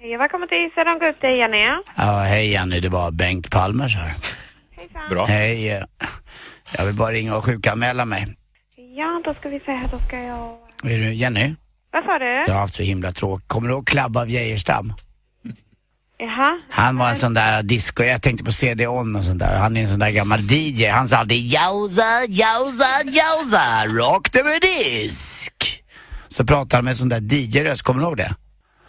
Speaker 8: Hej och välkommen till Södra Grupp, det är Jenny.
Speaker 2: Ja, hej Jenny, det var Bengt Palmers här.
Speaker 5: Bra.
Speaker 2: Hej, eh, jag vill bara ringa och sjukanmäla mig.
Speaker 8: Ja, då ska vi se här, då ska jag...
Speaker 2: Är du Jenny?
Speaker 8: Vad sa du?
Speaker 2: Jag har haft så himla tråkigt. Kommer du ihåg Clabbe av Geijerstam?
Speaker 8: Jaha.
Speaker 2: Han var en sån där disco, jag tänkte på CD-ON och sånt där. Han är en sån där gammal DJ. Han sa alltid jauza, jauza, jauza, rakt över disk. Så pratade han med en sån där DJ-röst, kommer du ihåg det?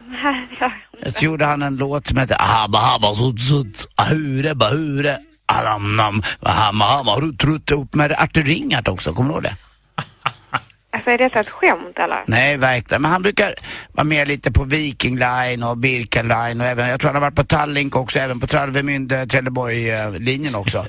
Speaker 8: Nej, det gör jag inte.
Speaker 2: Så gjorde han en låt som hette Habba habba sut sut Ahure bahure Aramnam Hamma hamma rutt rutt ihop med Artur Ringart också, kommer du ihåg det?
Speaker 8: Alltså är detta ett skämt eller?
Speaker 2: Nej, verkligen. Men han brukar vara med lite på Viking Line och Birka Line och även, jag tror han har varit på Tallink också, även på Travemünde, Trelleborg-linjen också.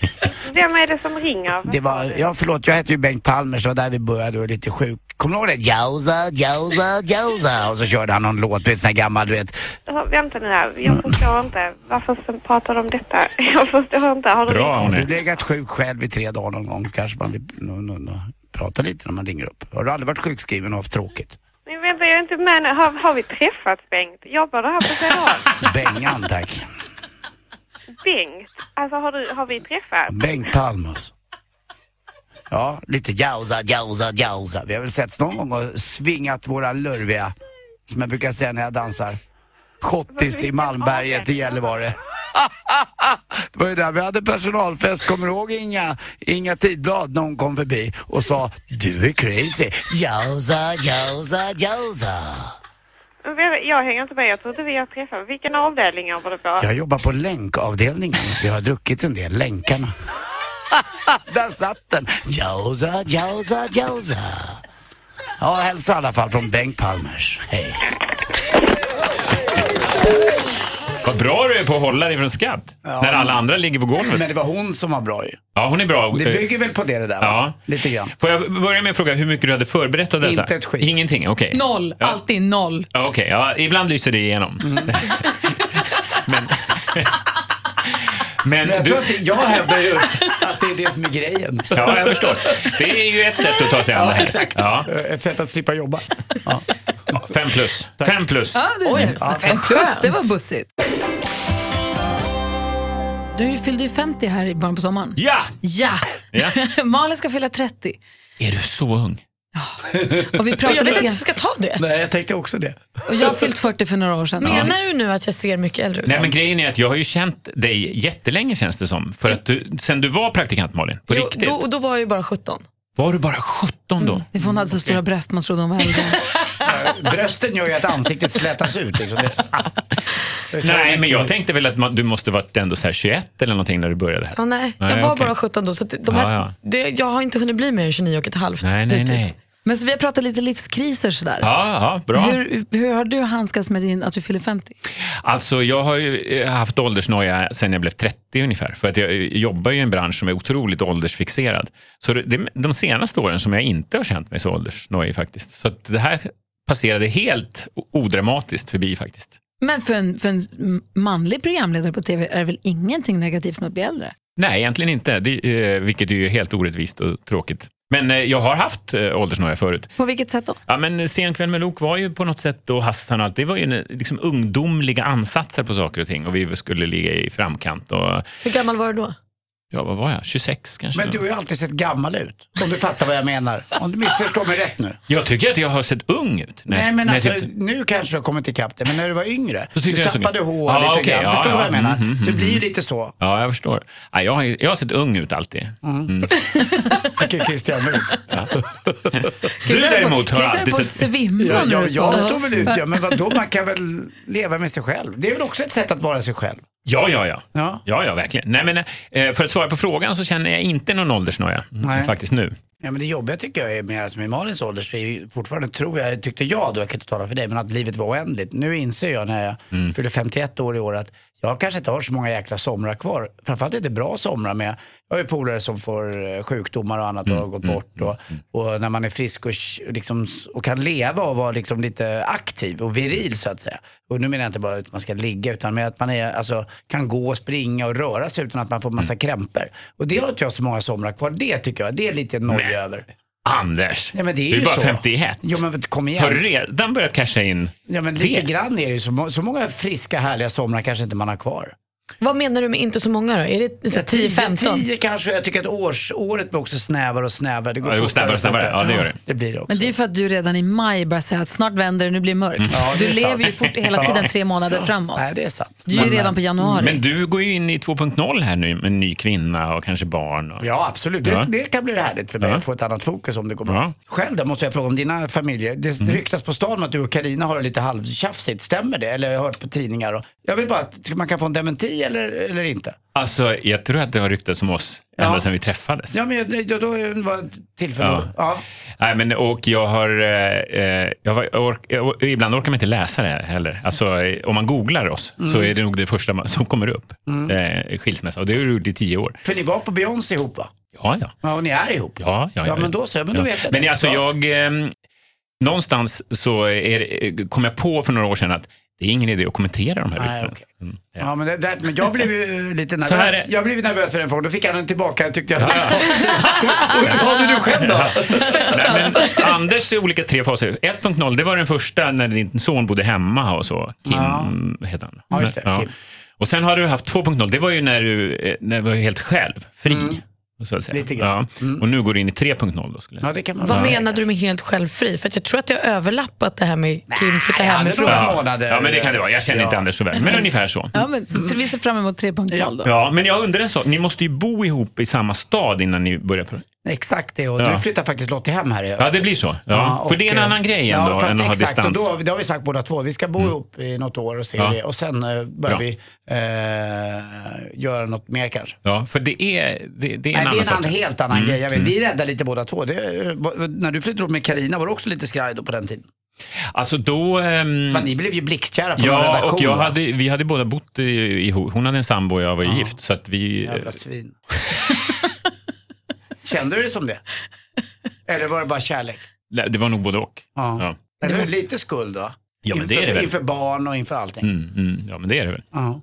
Speaker 8: Vem är det som ringer?
Speaker 2: Det var, ja förlåt, jag heter ju Bengt Palmer så det var där vi började och är lite sjuk. Kommer du ihåg det? Jauza, jauza, jauza. Och så körde han någon låt, du vet sån här gammal, du vet.
Speaker 8: Ja, Vänta nu här,
Speaker 2: Mm.
Speaker 8: jag förstår inte. Varför så pratar de om detta? Jag förstår inte. Har du
Speaker 5: Bra
Speaker 2: Har
Speaker 5: hon
Speaker 2: du
Speaker 5: är.
Speaker 2: legat sjuk själv i tre dagar någon gång kanske man vill no, no, no, prata lite när man ringer upp. Har du aldrig varit sjukskriven och haft tråkigt?
Speaker 8: Nej, vänta, jag är inte med nu. har, har vi träffats Bengt? Jobbar du här på Söderholm?
Speaker 2: Bengan tack.
Speaker 8: Bengt? Alltså har, du, har vi träffats?
Speaker 2: Bengt Palmus. Ja, lite jauza, jauza, jauza. Vi har väl setts någon gång och svingat våra lurviga, som jag brukar säga när jag dansar. Schottis i Malmberget i Gällivare. Det var ju där vi hade personalfest, kommer du ihåg Inga, Inga Tidblad när hon kom förbi och sa du är crazy. Jauza, jauza, jauza.
Speaker 8: Men vänta, Jag hänger inte med. Jag trodde vi har träffats. Vilken avdelning jobbar du på?
Speaker 2: Jag jobbar på länkavdelningen. Vi har druckit en del, länkarna. Där satt den! Jauza, jauza, jauza. Ja, hälsa i alla fall från Bengt Palmers. Hej.
Speaker 5: Vad bra du är på att hålla dig från skatt. När alla andra ligger på golvet.
Speaker 2: det var hon som var bra ju.
Speaker 5: Ja, hon är bra.
Speaker 2: Det bygger väl på det det där? va?
Speaker 5: Ja.
Speaker 2: Lite grann.
Speaker 5: Får jag börja med att fråga hur mycket du hade förberett av detta?
Speaker 2: Inte ett skit.
Speaker 5: Ingenting, okej.
Speaker 1: Noll,
Speaker 5: Ja.
Speaker 1: alltid noll.
Speaker 5: Ja, Okej,
Speaker 2: Mm.
Speaker 5: ja, ibland lyser det igenom. men, Men
Speaker 2: Men jag,
Speaker 5: du-
Speaker 2: tror att det, jag hävdar ju att det är det som är grejen.
Speaker 5: Ja, jag förstår. Det är ju ett sätt att ta sig an det här.
Speaker 2: exakt.
Speaker 5: Ja.
Speaker 2: Eh, Ett sätt att slippa jobba. Ja.
Speaker 5: Ja, Fem plus. Fem plus.
Speaker 1: Ja, du ser.
Speaker 2: ja,
Speaker 1: en skjuts, det var bussigt. Du fyllde ju 50 här i början på sommaren.
Speaker 5: Ja!
Speaker 1: Ja!
Speaker 5: Ja.
Speaker 1: Malin ska fylla 30.
Speaker 5: Är du så ung?
Speaker 1: Och vi
Speaker 3: Och jag
Speaker 1: pratade lite
Speaker 3: vet inte hur
Speaker 1: grann.
Speaker 3: jag ska ta det.
Speaker 2: Nej, jag tänkte också det.
Speaker 1: Och jag har fyllt 40 för några år sedan.
Speaker 3: Menar du nu att jag ser mycket äldre ut?
Speaker 5: Nej, men grejen är att jag har ju känt dig jättelänge känns det som. För att du, sen du var praktikant Malin, på
Speaker 3: jo,
Speaker 5: riktigt.
Speaker 3: då, Mm. och då var jag ju bara 17.
Speaker 5: Var du bara 17 då?
Speaker 1: Det är för hon hade så stora bröst man trodde hon var äldre.
Speaker 2: Brösten gör ju att ansiktet slätas ut. Liksom. Det-
Speaker 5: Nej, men jag tänkte väl att man, du måste varit ändå så här 21 eller någonting när du började här.
Speaker 3: Ja, nej.
Speaker 5: Nej,
Speaker 3: jag var
Speaker 5: okej.
Speaker 3: bara 17 då, så att de här,
Speaker 5: Ja, ja.
Speaker 3: Det, jag har inte hunnit bli mer än 29 och ett halvt
Speaker 5: Nej, nej,
Speaker 3: dittills.
Speaker 5: nej.
Speaker 1: Men så vi har pratat lite livskriser sådär.
Speaker 5: Ja, ja, bra.
Speaker 1: Hur, hur har du handskats med din, att du fyller 50?
Speaker 5: Alltså, jag har ju eh, haft åldersnoja sen jag blev 30 ungefär. För att jag eh, jobbar ju i en bransch som är otroligt åldersfixerad. Så det- det är de senaste åren som jag inte har känt mig så åldersnojig faktiskt. Så att det här passerade helt o- odramatiskt förbi faktiskt.
Speaker 1: Men för en, för en manlig programledare på tv är det väl ingenting negativt med att bli äldre?
Speaker 5: Nej, egentligen inte. Det, eh, vilket ju är helt orättvist och tråkigt. Men eh, jag har haft eh, åldersnoja förut.
Speaker 1: På vilket sätt då?
Speaker 5: Ja, men Sen kväll med Lok var ju på något sätt, och Hassan och allt, det var ju en, liksom ungdomliga ansatser på saker och ting. Och vi skulle ligga i framkant. Och,
Speaker 3: Hur gammal var du då?
Speaker 5: ja, vad var jag? 26 kanske?
Speaker 2: Men du har ju alltid sett gammal ut. Om du fattar vad jag menar. Om du missförstår mig rätt nu.
Speaker 5: Jag tycker att jag har sett ung ut.
Speaker 2: Nej, men alltså,
Speaker 5: jag tyckte-
Speaker 2: nu kanske du har kommit ikapp det, men när du var yngre,
Speaker 5: typ Då tyckte
Speaker 2: du
Speaker 5: jag så-
Speaker 2: tappade hår
Speaker 5: Ja,
Speaker 2: lite
Speaker 5: okej,
Speaker 2: grann.
Speaker 5: ja,
Speaker 2: Förstår du
Speaker 5: ja.
Speaker 2: vad jag menar?
Speaker 5: Mhm, mhm,
Speaker 2: det blir ju lite så,
Speaker 5: ja, jag förstår. Ja, jag, har, jag har sett ung ut alltid.
Speaker 2: tycker Christian nu.
Speaker 5: Du däremot har
Speaker 1: Kissar du
Speaker 5: alltid
Speaker 1: på
Speaker 5: sett...
Speaker 1: svimman
Speaker 2: Ja,
Speaker 1: när
Speaker 2: jag,
Speaker 1: du sa
Speaker 2: jag
Speaker 1: det?
Speaker 2: står väl ut, ja, men vadå, man kan väl leva med sig själv. Det är väl också ett sätt att vara sig själv.
Speaker 5: Ja, ja, ja.
Speaker 2: Ja.
Speaker 5: Ja, ja, verkligen. Nej, men, eh, för att svara på frågan så känner jag inte någon åldersnoja
Speaker 2: Nej.
Speaker 5: faktiskt nu.
Speaker 2: Ja, men det jobbiga tycker jag är mer som i Malins ålder så är ju fortfarande, tror jag, tyckte jag då, jag kan inte tala för dig, men att livet var oändligt. Nu inser jag när jag
Speaker 5: Mm.
Speaker 2: fyller 51 år i år att jag kanske inte har så många jäkla somrar kvar. Framförallt inte bra somrar med, jag har ju polare som får eh, sjukdomar och
Speaker 5: Mm,
Speaker 2: annat och har gått bort. Och, och när man är frisk och, sh- liksom, s- och kan leva och vara liksom lite aktiv och viril så att säga. Och nu menar jag inte bara att man ska ligga utan med att man är, alltså, kan gå och springa och röra sig utan att man får massa
Speaker 5: Mm.
Speaker 2: krämpor. Och det har inte jag så många somrar kvar. Det tycker jag, det är lite noja
Speaker 5: Nej.
Speaker 2: över.
Speaker 5: Anders,
Speaker 2: Ja, men det är
Speaker 5: du är
Speaker 2: ju
Speaker 5: bara
Speaker 2: så.
Speaker 5: 51.
Speaker 2: Jo men kom igen.
Speaker 5: Har du redan börjat casha in?
Speaker 2: Ja, men lite
Speaker 5: det?
Speaker 2: grann är det ju. Så, må- så många friska härliga somrar kanske inte man har kvar.
Speaker 3: Vad menar du med inte så många då? Är det så här 10-15?
Speaker 2: 10 kanske. Jag tycker att årsåret blir också snävare och snävare. Det går,
Speaker 5: Ja, det går
Speaker 2: fortare och
Speaker 5: snabbare och
Speaker 2: fortare.
Speaker 5: snabbare. Ja, det gör det.
Speaker 2: Det blir det också.
Speaker 1: Men det är ju för att du redan i maj börjar säga att snart vänder det, nu blir det mörkt. du
Speaker 2: Mm. det är
Speaker 1: lever ju
Speaker 2: sant.
Speaker 1: fort, hela tiden tre månader framåt.
Speaker 2: Nej, det är sant.
Speaker 1: Du är ju
Speaker 2: Men,
Speaker 1: redan
Speaker 2: eh,
Speaker 1: på januari.
Speaker 5: Men du går ju in i 2.0 här nu med en ny kvinna och kanske barn. Och...
Speaker 2: Ja, absolut.
Speaker 5: Ja.
Speaker 2: Det, det kan bli härligt för mig att få ett annat fokus om det går bra.
Speaker 5: Ja.
Speaker 2: Själv då, måste jag fråga om dina familjer. Det ryktas på stan om att du och Karina har det lite halvtjafsigt. Stämmer det? Eller jag har hört på tidningar. Och... Jag vill bara att man kan få en dementi eller, eller inte.
Speaker 5: Alltså, jag tror att det har ryktats om oss ända
Speaker 2: Ja.
Speaker 5: sedan vi träffades.
Speaker 2: Ja, men jag- det- då, då var det tillfälle
Speaker 5: Ja.
Speaker 2: ja. ja.
Speaker 5: Nej, men, och jag har, eh, eh, jag var- jag ork, jag, ibland orkar man inte läsa det här heller. Alltså, eh, om man googlar oss så
Speaker 2: Mm.
Speaker 5: är det nog det första man, som kommer upp. Eh, skilsmässa. Och det har du gjort i tio år.
Speaker 2: För ni var på Beyoncé ihop va?
Speaker 5: Ja, ja.
Speaker 2: Ja, och ni är ihop.
Speaker 5: Ja, ja,
Speaker 2: Ja, men då så. Ja, men då vet jag
Speaker 5: Men
Speaker 2: det.
Speaker 5: alltså,
Speaker 2: Ja.
Speaker 5: jag... ehm, någonstans så är, det- kom jag på för några år sedan att det är ingen idé att kommentera de här
Speaker 2: Nej,
Speaker 5: ryktena.
Speaker 2: okej.
Speaker 5: Mm, ja.
Speaker 2: Ja, men, det, det, men jag blev ju lite
Speaker 5: Så här
Speaker 2: nervös.
Speaker 5: är-
Speaker 2: Jag blev nervös för den frågan. Då fick han den tillbaka tyckte jag. Hur hade du själv då?
Speaker 5: Nej,
Speaker 2: Alltså.
Speaker 5: men Anders är olika tre faser. 1.0, det var den första när din son bodde hemma och så. Kim mm, heter han.
Speaker 2: Ja, just det,
Speaker 5: Ja.
Speaker 2: Kim.
Speaker 5: Och sen har du haft 2.0, det var ju när du, eh, när du var helt själv, fri. Så att säga.
Speaker 2: Mm. Lite grann. Mm.
Speaker 5: Ja. Och nu går du in i 3.0 då skulle jag
Speaker 2: Ja,
Speaker 5: säga.
Speaker 2: det kan man
Speaker 3: Vad
Speaker 2: säga.
Speaker 3: menar du med helt självfri? För att jag tror att jag har överlappat det här med Kim flytta
Speaker 2: Nej,
Speaker 3: hemifrån.
Speaker 2: Några
Speaker 5: Ja.
Speaker 2: månader.
Speaker 5: ja, men det kan det vara. Jag känner inte
Speaker 2: Ja. Mm.
Speaker 5: Anders så väl, men ungefär så.
Speaker 1: Ja, men, så vi ser fram emot 3.0 då.
Speaker 5: Ja, men jag undrar en sak. Ni måste ju bo ihop i samma stad innan ni börjar. På...
Speaker 2: Exakt det. Och
Speaker 5: Ja.
Speaker 2: du flyttar faktiskt Lottie hem här i höst.
Speaker 5: Ja, det blir så. Ja.
Speaker 2: Ja,
Speaker 5: För det är en
Speaker 2: och, eh,
Speaker 5: annan grej ändå
Speaker 2: för
Speaker 5: än att ha
Speaker 2: exakt,
Speaker 5: distans. Mm.
Speaker 2: Och då, det har vi sagt båda två. Vi ska bo ihop i något år och se
Speaker 5: Ja.
Speaker 2: det. Och sen eh, börjar
Speaker 5: Bra.
Speaker 2: vi eh, göra något mer kanske.
Speaker 5: Ja, för det är, det, det är
Speaker 2: Nej,
Speaker 5: en annan
Speaker 2: det är en
Speaker 5: sak. Mm.
Speaker 2: annan, helt annan grej. Jag vet, Vi är rädda lite båda två. Det, eh, var- när du flyttade ihop med Karina var du också lite skraj då på den tiden.
Speaker 5: Alltså då... ehm,
Speaker 2: Men ni blev ju blixtkära på någon
Speaker 5: Ja,
Speaker 2: redaktion.
Speaker 5: och jag
Speaker 2: va?
Speaker 5: hade, vi hade båda bott i- ihop. Hon hade en sambo och jag var gift. Så att vi,
Speaker 2: Jävla svin. Kände du det som det? Eller var det bara kärlek?
Speaker 5: Nej, det var nog både och.
Speaker 2: Ja.
Speaker 5: Ja.
Speaker 2: Eller lite skuld då?
Speaker 5: Ja, men det
Speaker 2: inför,
Speaker 5: är det väl.
Speaker 2: inför barn och inför allting.
Speaker 5: Mm, mm, ja, men det är det väl.
Speaker 2: Ja.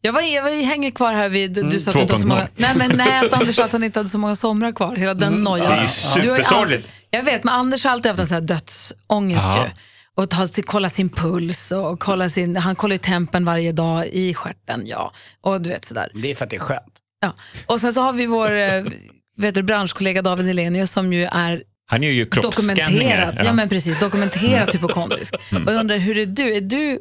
Speaker 1: Jag, var, jag var, hänger kvar här vid,
Speaker 5: Mm,
Speaker 1: du sa att du inte har så
Speaker 5: 2.0.
Speaker 1: många, nej, men, nej, att Anders sa att han inte hade så många somrar kvar, hela den nojan.
Speaker 5: Mm. Det är ju
Speaker 1: Du har ju
Speaker 5: supersorgligt.
Speaker 1: alltid- Jag vet, men Anders har alltid haft en sån här dödsångest
Speaker 5: Ja.
Speaker 1: ju. Och ta, kolla sin puls och kolla sin, han kollar ju tempen varje dag i stjärten, ja. Och du vet sådär.
Speaker 2: Det är för att det är skönt.
Speaker 1: Ja. Och sen så har vi vår eh, vet du, branschkollega David Helenius som ju är
Speaker 5: Han gör ju kroppsskanningar. Mm.
Speaker 1: dokumenterat, ja, men precis, dokumenterat hypokondrisk. Och jag undrar, hur är du? Är du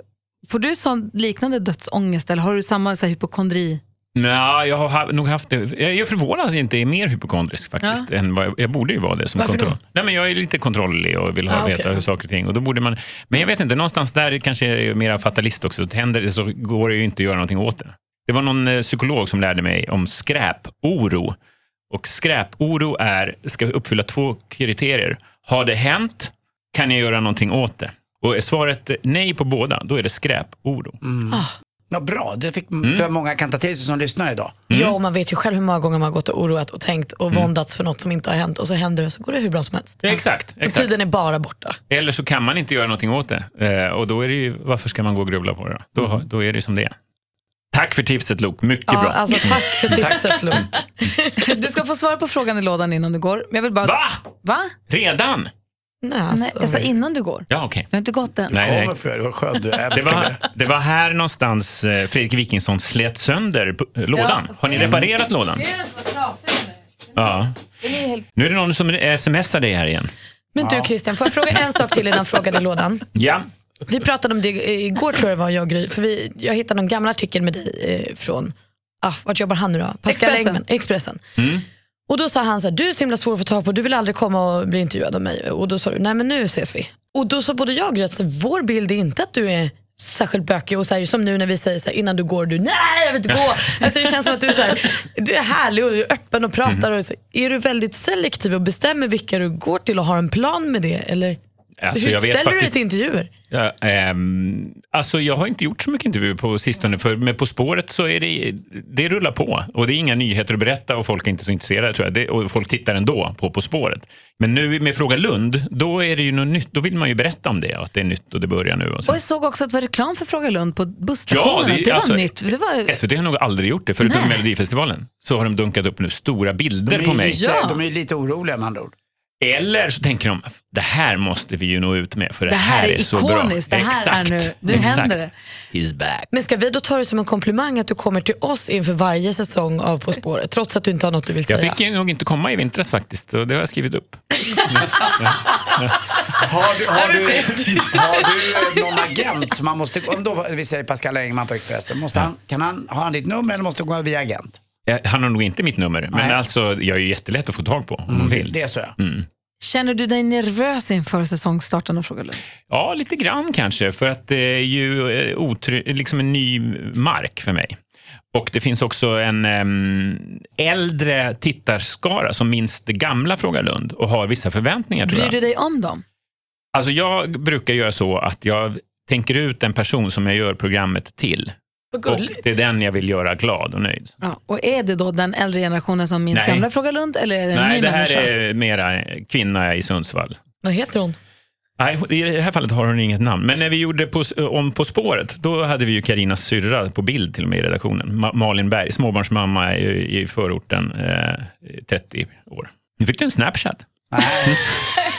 Speaker 1: får du sån liknande dödsångest eller har du samma så här, hypokondri?
Speaker 5: Nej, jag har ha- nog haft det. Jag är förvånad att jag inte är mer hypokondrisk faktiskt. Än vad jag, jag borde ju vara det som
Speaker 3: Varför
Speaker 5: kontroll.
Speaker 3: då?
Speaker 5: Nej, men jag är lite kontrollig och vill ha,
Speaker 3: Ah, okej.
Speaker 5: veta hur saker och ting. Och då borde man, men jag vet inte, någonstans där kanske jag är mer fatalist också. Det händer det så går det ju inte att göra någonting åt det. Det var någon eh, psykolog som lärde mig om skräporo. Och skräporo är, ska uppfylla två kriterier. Har det hänt? Kan jag göra någonting åt det? Och är svaret nej på båda, då är det skräporo.
Speaker 3: Mm.
Speaker 2: Ja, bra, det fick
Speaker 5: Mm.
Speaker 2: tror jag många kan ta till sig som lyssnar idag.
Speaker 3: Ja, och man vet ju själv hur många gånger man har gått och oroat och tänkt och
Speaker 5: Mm.
Speaker 3: våndats för något som inte har hänt och så händer det och så går det hur bra som helst.
Speaker 5: Ja, exakt,
Speaker 3: Och
Speaker 5: exakt.
Speaker 3: tiden är bara borta.
Speaker 5: Eller så kan man inte göra någonting åt det. Eh, och då är det ju, varför ska man gå och grubbla på det då? Då, har- då är det som det är. Tack för tipset Luke, mycket
Speaker 3: Ja,
Speaker 5: bra.
Speaker 3: alltså, tack för tipset Luke.
Speaker 1: Du ska få svara på frågan i lådan innan du går. Men jag vill bara...
Speaker 5: Va?
Speaker 1: Va?
Speaker 5: Redan?
Speaker 3: Nej,
Speaker 1: Nej,
Speaker 3: alltså.
Speaker 1: jag sa innan du går.
Speaker 5: Ja, okej.
Speaker 1: Vi har inte gått än.
Speaker 5: Nej, nej.
Speaker 2: Kommer för dig, vad skönt du är.
Speaker 5: Det
Speaker 2: älskar
Speaker 5: var, det var här någonstans eh, Fredrik Wikingsson slet sönder p- eh, lådan. Har ni reparerat lådan?
Speaker 1: Mm.
Speaker 5: Ja. Nu är det någon som smsar dig här igen.
Speaker 3: Men du Christian, får jag fråga en sak till innan frågan i lådan?
Speaker 5: Ja.
Speaker 3: Vi pratade om det eh, igår tror jag det var jag och Gry, för vi, jag hittade någon gammal artikel med dig eh, från, ah, vart jobbar han nu då? Pascal
Speaker 1: Expressen.
Speaker 3: Engman, Expressen.
Speaker 5: Mm.
Speaker 3: Och då sa han så här, du är så himla svår att få tag på, du vill aldrig komma och bli intervjuad av mig. Och då sa du, nej men nu ses vi. Och då sa både jag och Gry att så här, vår bild är inte att du är särskilt bökig och så här, som nu när vi säger så här, innan du går, du nej jag vill inte gå. Alltså det känns som att du är, så här, du är härlig och du är öppen och
Speaker 5: Mm.
Speaker 3: pratar. Och så, är du väldigt selektiv och bestämmer vilka du går till och har en plan med det? Eller
Speaker 5: Alltså,
Speaker 3: hur
Speaker 5: jag vet
Speaker 3: ställer du dig
Speaker 5: faktiskt
Speaker 3: till intervjuer?
Speaker 5: Ja, ehm, alltså jag har inte gjort så mycket intervjuer på sistone, för med På spåret så är det, det rullar på. Och det är inga nyheter att berätta och folk är inte så intresserade tror jag. Det, och folk tittar ändå på På spåret. Men nu med Fråga Lund, då är det ju något nytt. Då vill man ju berätta om det, att det är nytt och det börjar nu. Och så.
Speaker 1: Och jag såg också att det var reklam för Fråga Lund på busstationen.
Speaker 5: Ja,
Speaker 1: det,
Speaker 5: det-
Speaker 1: var
Speaker 5: alltså-
Speaker 1: nytt. Det var,
Speaker 5: SVT har nog aldrig gjort det, förutom
Speaker 1: Nej.
Speaker 5: Melodifestivalen. Så har de dunkat upp nu stora bilder
Speaker 2: De är
Speaker 5: på
Speaker 2: ju
Speaker 5: mig.
Speaker 2: Lite,
Speaker 1: Ja.
Speaker 2: De är ju lite oroliga med andra ord.
Speaker 5: Eller så tänker de, det här måste vi ju nå ut med, för det,
Speaker 1: det här är
Speaker 5: så bra.
Speaker 1: ikoniskt. Det här
Speaker 5: Exakt.
Speaker 1: är nu, nu
Speaker 5: Exakt.
Speaker 1: händer det.
Speaker 5: He's back.
Speaker 3: Men ska vi då ta det som en komplimang att du kommer till oss inför varje säsong av På spåret, trots att du inte har något du vill
Speaker 5: Jag
Speaker 3: säga?
Speaker 5: fick ju nog inte komma i vintras faktiskt, och det har jag skrivit upp.
Speaker 2: Har du, har, du, har du eh, någon agent som man måste, om då, vi säger Pascal Engman på Expressen, måste han, kan han, har han ditt nummer eller måste du gå via agent?
Speaker 5: Eh, Han har nog inte mitt nummer, men
Speaker 2: Nej. Mm.
Speaker 5: alltså jag är ju jättelätt att få tag på om man vill. Mm.
Speaker 2: Det är så ja.
Speaker 1: Känner du dig nervös inför säsongstarten av Fråga Lund?
Speaker 5: Ja, lite grann kanske, för att det är ju eh, otry- liksom en ny mark för mig. Och det finns också en ehm, äldre tittarskara som minns det gamla Fråga Lund och har vissa förväntningar tror
Speaker 1: Bryr
Speaker 5: jag.
Speaker 1: du dig om dem?
Speaker 5: Alltså jag brukar göra så att jag tänker ut en person som jag gör programmet till.
Speaker 3: Vad
Speaker 5: Och
Speaker 3: gulligt.
Speaker 5: det är den jag vill göra glad och nöjd.
Speaker 1: Ja. Och är det då den äldre generationen som minns
Speaker 5: Nej.
Speaker 1: gamla Fråga Lund eller är det en
Speaker 5: Nej,
Speaker 1: ny
Speaker 5: det här
Speaker 1: människa?
Speaker 5: är mera kvinna i Sundsvall.
Speaker 3: Vad heter hon?
Speaker 5: Nej, i det här fallet har hon inget namn. Men när vi gjorde på, om På spåret, då hade vi ju Karinas syrra på bild till och med i redaktionen. Ma- Malin Berg, småbarnsmamma i, i förorten, eh, 30 år. Nu fick du en Snapchat.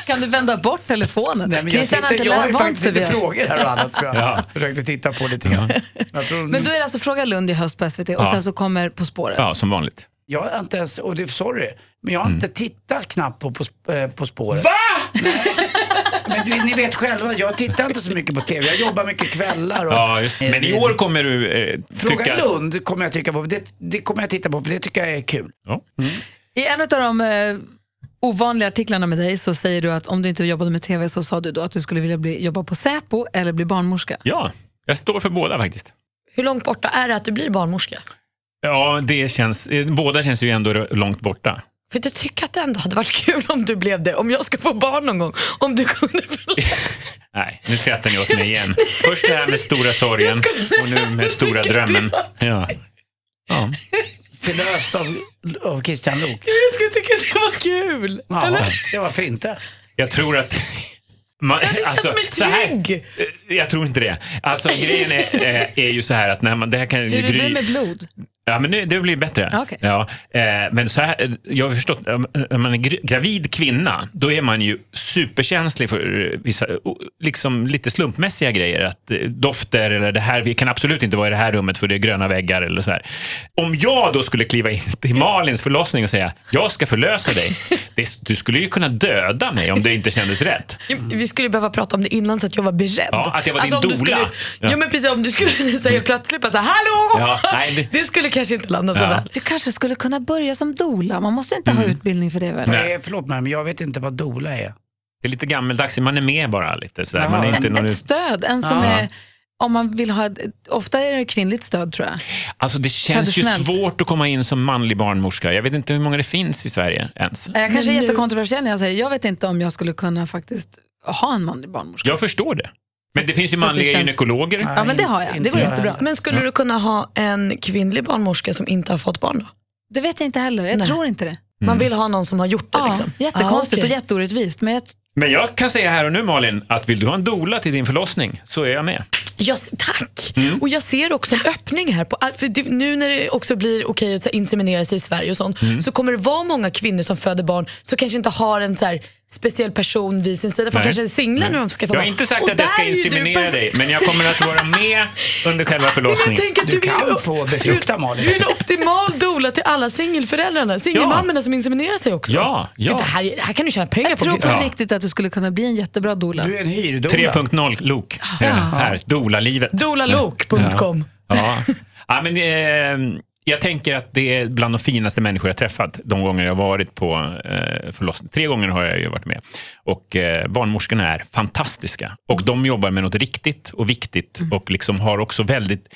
Speaker 1: Kan du vända bort telefonen?
Speaker 2: Nej, men jag,
Speaker 1: Christian
Speaker 2: sitter, jag har
Speaker 1: lär-
Speaker 2: ju
Speaker 1: vant
Speaker 2: faktiskt
Speaker 1: sig
Speaker 2: lite
Speaker 1: vid det.
Speaker 2: frågor här och annat som jag
Speaker 5: Ja.
Speaker 2: försökte titta på lite grann. Jag, tror,
Speaker 1: Men då är det alltså Fråga Lund i höst på SVT och
Speaker 5: Ja.
Speaker 1: sen så kommer På spåret.
Speaker 5: Ja, som vanligt.
Speaker 2: jag har inte ens, och det, sorry, men jag
Speaker 5: Mm.
Speaker 2: har inte tittat knappt på På, sp- eh, på spåret. Men du, ni vet själva, jag tittar inte så mycket på TV. Jag jobbar mycket kvällar. Och,
Speaker 5: Ja, just. Men i år kommer du eh,
Speaker 2: Fråga
Speaker 5: tycka...
Speaker 2: Lund kommer jag tycka på, det, det kommer jag titta på för det tycker jag är kul.
Speaker 5: Ja.
Speaker 1: I en av de eh, ovanliga artiklarna med dig så säger du att om du inte jobbade med TV så sa du då att du skulle vilja bli, jobba på Säpo eller bli barnmorska.
Speaker 5: ja, jag står för båda faktiskt.
Speaker 3: Hur långt borta är det att du blir barnmorska?
Speaker 5: Ja, det känns, eh, båda känns ju ändå r- långt borta.
Speaker 3: För jag tycker att det ändå hade varit kul om du blev det, om jag ska få barn någon gång. Om du kunde förlåta.
Speaker 5: Nej, nu skrattar ni åt mig igen. Först det här med stora sorgen och nu med stora drömmen. Ja. Ja.
Speaker 2: Förlöst av, av Christian Lok.
Speaker 3: Jag skulle tycka att det var kul.
Speaker 2: Ja, det var fint det.
Speaker 5: Jag tror att Man,
Speaker 3: Jag hade känt mig
Speaker 5: så
Speaker 3: trygg.
Speaker 5: eh, jag tror inte det. Alltså grejen är, eh, är ju så här att när man, det här kan ju
Speaker 1: Hur är det
Speaker 5: gry-
Speaker 1: med blod?
Speaker 5: Ja, men nu, det blir bättre.
Speaker 1: Okej.
Speaker 5: Ja, eh, men så här, eh, jag har förstått, eh, när man är gr- gravid kvinna, då är man ju superkänslig för eh, vissa, o- liksom lite slumpmässiga grejer. Att eh, dofter eller det här, vi kan absolut inte vara i det här rummet för det är gröna väggar eller så här. Om jag då skulle kliva in till Malins förlossning och säga, jag ska förlösa dig. Det, du skulle ju kunna döda mig om det inte kändes rätt.
Speaker 3: Vi skulle behöva prata om det innan så att jag var beredd. Alltså,
Speaker 5: Ja, att jag var din
Speaker 3: om du
Speaker 5: doula.
Speaker 3: Skulle,
Speaker 5: Ja.
Speaker 3: ja. men precis, om du skulle säga plötsligt bara så här, hallå!
Speaker 5: Ja, nej, det-
Speaker 3: det... skulle kanske inte landa så
Speaker 5: Ja.
Speaker 3: väl.
Speaker 1: Du kanske skulle kunna börja som doula. Man måste inte
Speaker 5: Mm.
Speaker 1: ha utbildning för det väl?
Speaker 2: Nej. Eh, Förlåt mig, men jag vet inte vad dola är.
Speaker 5: Det är lite gammeldags, man är med bara lite. Så där. Man är
Speaker 2: Jaha.
Speaker 5: inte någon...
Speaker 1: Ett stöd, en som är... Om man vill ha ett, ofta är det kvinnligt stöd tror jag.
Speaker 5: Alltså det känns ju
Speaker 1: Traditionellt.
Speaker 5: svårt att komma in som manlig barnmorska. Jag vet inte hur många det finns i Sverige ens.
Speaker 3: Eh.
Speaker 1: Jag kanske är
Speaker 3: nu-
Speaker 1: jättekontroversiell när jag säger jag vet inte om jag skulle kunna faktiskt ha en manlig barnmorska.
Speaker 5: Jag förstår det. Men det finns
Speaker 1: För
Speaker 5: ju
Speaker 1: att det
Speaker 5: manliga
Speaker 1: känns-
Speaker 5: gynekologer.
Speaker 1: Ja, men det har jag. Det går jättebra.
Speaker 3: Men skulle du kunna ha en kvinnlig barnmorska som inte har fått barn då?
Speaker 1: Det vet jag inte heller. Jag
Speaker 3: Nej.
Speaker 1: tror inte det.
Speaker 5: Mm.
Speaker 3: Man vill ha någon som har gjort det.
Speaker 1: Ja,
Speaker 3: liksom.
Speaker 1: Jättekonstigt
Speaker 3: Ah, okej.
Speaker 1: och jätteorättvist. Men jag,
Speaker 5: Men jag kan säga här och nu Malin, att vill du ha en doula till din förlossning så är jag med.
Speaker 3: Jag, s- tack!
Speaker 5: Mm.
Speaker 3: Och jag ser också en öppning här. På, all- för det, nu när det också blir okej att så här inseminera sig i Sverige och sånt,
Speaker 5: Mm.
Speaker 3: så kommer det vara många kvinnor som föder barn som kanske inte har en så här speciell person vid sin sida. För
Speaker 5: Nej.
Speaker 3: de kanske är singlar när de ska få
Speaker 5: Jag har
Speaker 3: barn.
Speaker 5: inte sagt
Speaker 3: Och
Speaker 5: att jag ska
Speaker 3: där är ju du
Speaker 5: inseminera
Speaker 3: perfekt.
Speaker 5: dig, men jag kommer att vara med under själva
Speaker 3: Men
Speaker 5: förlossningen.
Speaker 3: tänk att
Speaker 2: Du
Speaker 3: du, är
Speaker 2: kan
Speaker 3: en-
Speaker 2: få befrukta,
Speaker 3: du-
Speaker 2: Malin.
Speaker 3: Du är en optimal doula till alla singelföräldrarna, singelmammorna som inseminerar sig också.
Speaker 5: Ja, ja.
Speaker 3: Gud, det, här, är- det här kan du tjäna pengar
Speaker 1: jag tror på
Speaker 3: Christer.
Speaker 5: Ja.
Speaker 1: riktigt att du skulle kunna bli en jättebra doula.
Speaker 2: Du är en hyrdola.
Speaker 5: 3.0-lok. Här, doula-livet.
Speaker 3: Doulalok.com.
Speaker 5: Ja. ja, men eh, jag tänker att det är bland de finaste människor jag träffat de gånger jag varit på eh, förlossning. Tre gånger har jag ju varit med. Och eh, barnmorskorna är fantastiska. Och de jobbar med något riktigt och viktigt och liksom har också väldigt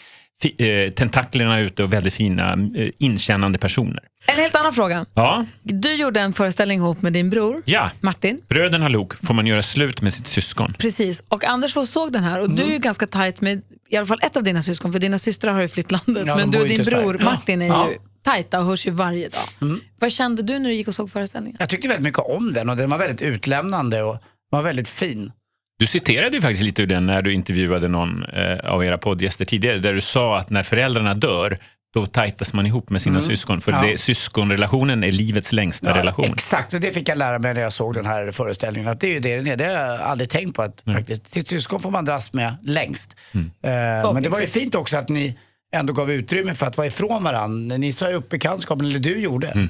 Speaker 5: fi- eh, tentaklerna ute och väldigt fina eh, inkännande personer.
Speaker 1: En helt annan fråga.
Speaker 5: Ja,
Speaker 1: Du gjorde en föreställning ihop med din bror
Speaker 5: ja.
Speaker 1: Martin.
Speaker 5: Bröderna Lok får man göra slut med sitt syskon.
Speaker 1: Precis, och Anders var och såg den här och du är
Speaker 2: Mhm.
Speaker 1: ju ganska tajt med i alla fall ett av dina syskon, för dina systrar har ju flytt landet.
Speaker 2: Ja, de
Speaker 1: men du
Speaker 2: bor
Speaker 1: och
Speaker 2: ju
Speaker 1: din
Speaker 2: inte i Sverige.
Speaker 1: bror
Speaker 2: Ja.
Speaker 1: Martin är
Speaker 2: Ja. Mm.
Speaker 1: ju tajta och hörs ju varje dag. Vad kände du när du gick och såg föreställningen?
Speaker 2: Jag tyckte väldigt mycket om den och den var väldigt utlämnande och var väldigt fin.
Speaker 5: Du citerade ju faktiskt lite ur den när du intervjuade någon eh, av era poddgäster tidigare, där du sa att när föräldrarna dör, då tajtas man ihop med sina syskon. För
Speaker 2: Mm. Ja.
Speaker 5: det, syskonrelationen är livets längsta relation.
Speaker 2: Exakt, och det fick jag lära mig när jag såg den här föreställningen. Att det är ju det den är. Det har jag aldrig tänkt på att
Speaker 5: Mm.
Speaker 2: faktiskt. Sitt syskon får man dras med längst. Eh, men det var ju fint också att ni ändå gav utrymme för att vara ifrån varandra. Ni sa ju upp bekantskapen, eller du gjorde.
Speaker 5: Mm.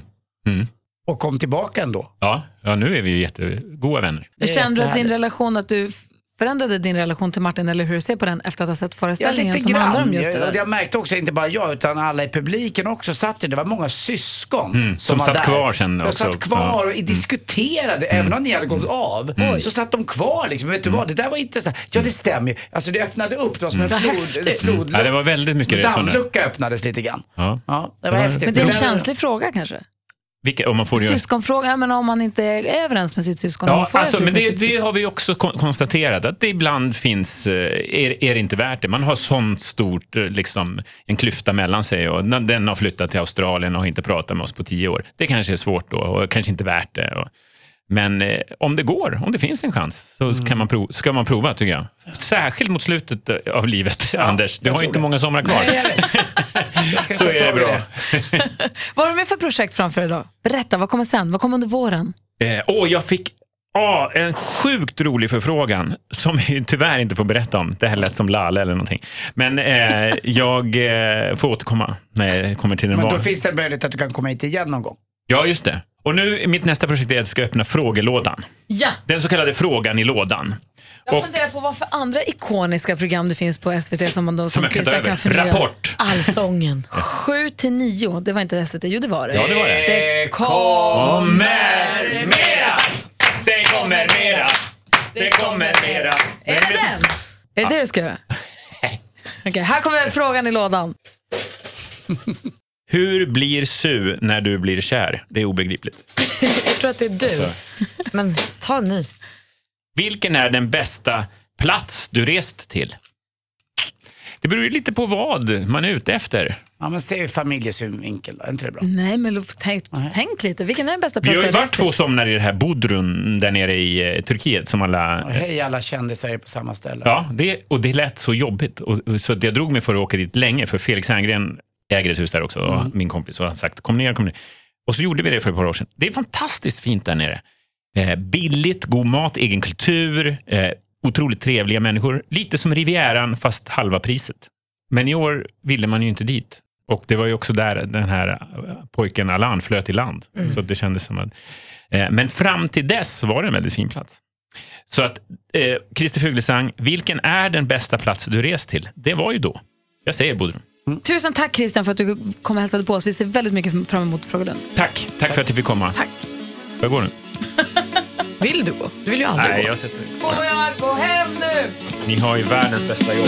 Speaker 2: Och kom tillbaka ändå.
Speaker 5: Ja, ja, nu är vi ju jättegoda vänner.
Speaker 1: Jag kände att din
Speaker 2: jättehärligt.
Speaker 1: relation, att du f- förändrade din relation till Martin, eller hur du ser på den efter att ha sett
Speaker 2: Ja,
Speaker 1: föreställningen
Speaker 2: lite
Speaker 1: som handlar om
Speaker 2: grann.
Speaker 1: just det
Speaker 2: Jag,
Speaker 1: där.
Speaker 2: jag märkte också, inte bara jag, utan alla i publiken också satt ju, det var många syskon
Speaker 5: Mm, som
Speaker 2: var
Speaker 5: satt
Speaker 2: där.
Speaker 5: kvar sen
Speaker 2: De
Speaker 5: också.
Speaker 2: satt
Speaker 5: Ja. Mm.
Speaker 2: kvar och i- diskuterade, även om ni hade gått av, så satt de kvar liksom. Vet du
Speaker 5: Mm.
Speaker 2: vad, det där var intressant. Ja, det stämmer ju. Alltså det öppnade upp, det var som en flod,
Speaker 3: häftigt.
Speaker 5: Mm. Ja, det
Speaker 2: flodlucka.
Speaker 5: var väldigt mycket det. sådana-
Speaker 2: Dammlucka öppnades lite grann.
Speaker 5: Ja.
Speaker 2: Ja, det var
Speaker 5: Ja.
Speaker 2: häftigt.
Speaker 1: Men det är en
Speaker 2: Men-
Speaker 1: känslig fråga kanske?
Speaker 5: Vilka, om man får göra
Speaker 1: Syskonfråga, ja, men om man inte är överens med sitt syskon. om man
Speaker 5: Ja,
Speaker 1: får göra
Speaker 5: alltså,
Speaker 1: slut
Speaker 5: men
Speaker 1: med
Speaker 5: det,
Speaker 1: sitt
Speaker 5: det
Speaker 1: syskon.
Speaker 5: har vi också kon- konstaterat, att det ibland finns, eh, är, är det inte värt det. Man har sånt stort, eh, liksom, en klyfta mellan sig och när den har flyttat till Australien och har inte pratat med oss på tio år. Det kanske är svårt då och kanske inte värt det. Och, men eh, om det går, om det finns en chans, så
Speaker 2: Mm.
Speaker 5: kan man prov, ska man prova tycker jag. Särskilt mot slutet eh, av livet, Anders. Du
Speaker 2: jag
Speaker 5: har
Speaker 2: tror
Speaker 5: inte
Speaker 2: det.
Speaker 5: många somrar kvar.
Speaker 2: Nej, jag vet. Jag ska
Speaker 5: så
Speaker 2: ta
Speaker 5: är det
Speaker 2: tag i
Speaker 5: bra.
Speaker 1: Vad har du med för projekt framför dig idag? Berätta, vad kommer sen? Vad kommer under våren?
Speaker 5: Eh, åh, jag fick ah, en sjukt rolig förfrågan som vi tyvärr inte får berätta om. Det här lät som Lalle eller någonting. Men eh, jag eh, får återkomma när jag kommer till den
Speaker 2: Men
Speaker 5: van.
Speaker 2: då finns det en möjlighet att du kan komma hit igen någon gång.
Speaker 5: Ja, just det. Och nu, mitt nästa projekt är att jag ska öppna frågelådan.
Speaker 1: Ja,
Speaker 5: Den så kallade frågan i lådan.
Speaker 1: Jag
Speaker 5: Och-
Speaker 1: funderar på vad för andra ikoniska program det finns på SVT som man då
Speaker 5: Som
Speaker 1: som
Speaker 5: jag kan ta
Speaker 1: Christer kan
Speaker 5: över.
Speaker 1: fundera
Speaker 5: Rapport.
Speaker 3: Allsången.
Speaker 1: 7 till 9, det var inte SVT, jo det var det.
Speaker 5: Ja, det var det.
Speaker 1: Det kom.
Speaker 5: Kommer mera! Det kommer mera! Det kommer mera!
Speaker 1: Är det den? Är det det du ska göra? Okej, här kommer frågan i lådan.
Speaker 5: Hur blir Su när du blir kär? Det är obegripligt.
Speaker 3: Jag tror att det är du. Men ta en ny.
Speaker 5: Vilken är den bästa plats du rest till? Det beror ju lite på vad man är ute efter.
Speaker 2: Ja, men se ur familjesynvinkel då, är inte det bra?
Speaker 1: Nej, men tänk, tänk lite. Vilken är den bästa
Speaker 5: Vi har
Speaker 1: platsen
Speaker 5: ju varit två somnar i det här Bodrum där nere i eh, Turkiet som alla...
Speaker 2: Och
Speaker 1: Mm.
Speaker 2: hej alla kändisar är på samma ställe.
Speaker 5: Ja, det, och det lät så jobbigt. Och, och- så att jag drog mig för att åka dit länge, för Felix Herngren äger ett hus där också, och min kompis. Och han sagt, kom ner, kom ner. Och så gjorde vi det för ett par år sedan. Det är fantastiskt fint där nere. Eh, billigt, god mat, egen kultur, eh, otroligt trevliga människor. Lite som Rivieran, fast halva priset. Men i år ville man ju inte dit. Och det var ju också där den här eh, pojken Alan flöt i land. Så att det kändes som att... Eh, men fram till dess var det en väldigt fin plats. Så att, eh, Christer Fuglesang, vilken är den bästa plats du rest till? Det var ju då. Jag säger Bodrum.
Speaker 1: Tusen tack Christian för att du kom och hälsade på oss. Vi ser väldigt mycket fram emot Frågelund.
Speaker 5: Tack, tack, för att du fick komma. Tack. Får jag gå nu?
Speaker 9: Vill du gå? Du vill ju aldrig
Speaker 5: Nej,
Speaker 9: gå.
Speaker 5: jag sätter mig.
Speaker 1: Får jag gå hem nu?
Speaker 5: Ni har ju världens bästa jobb.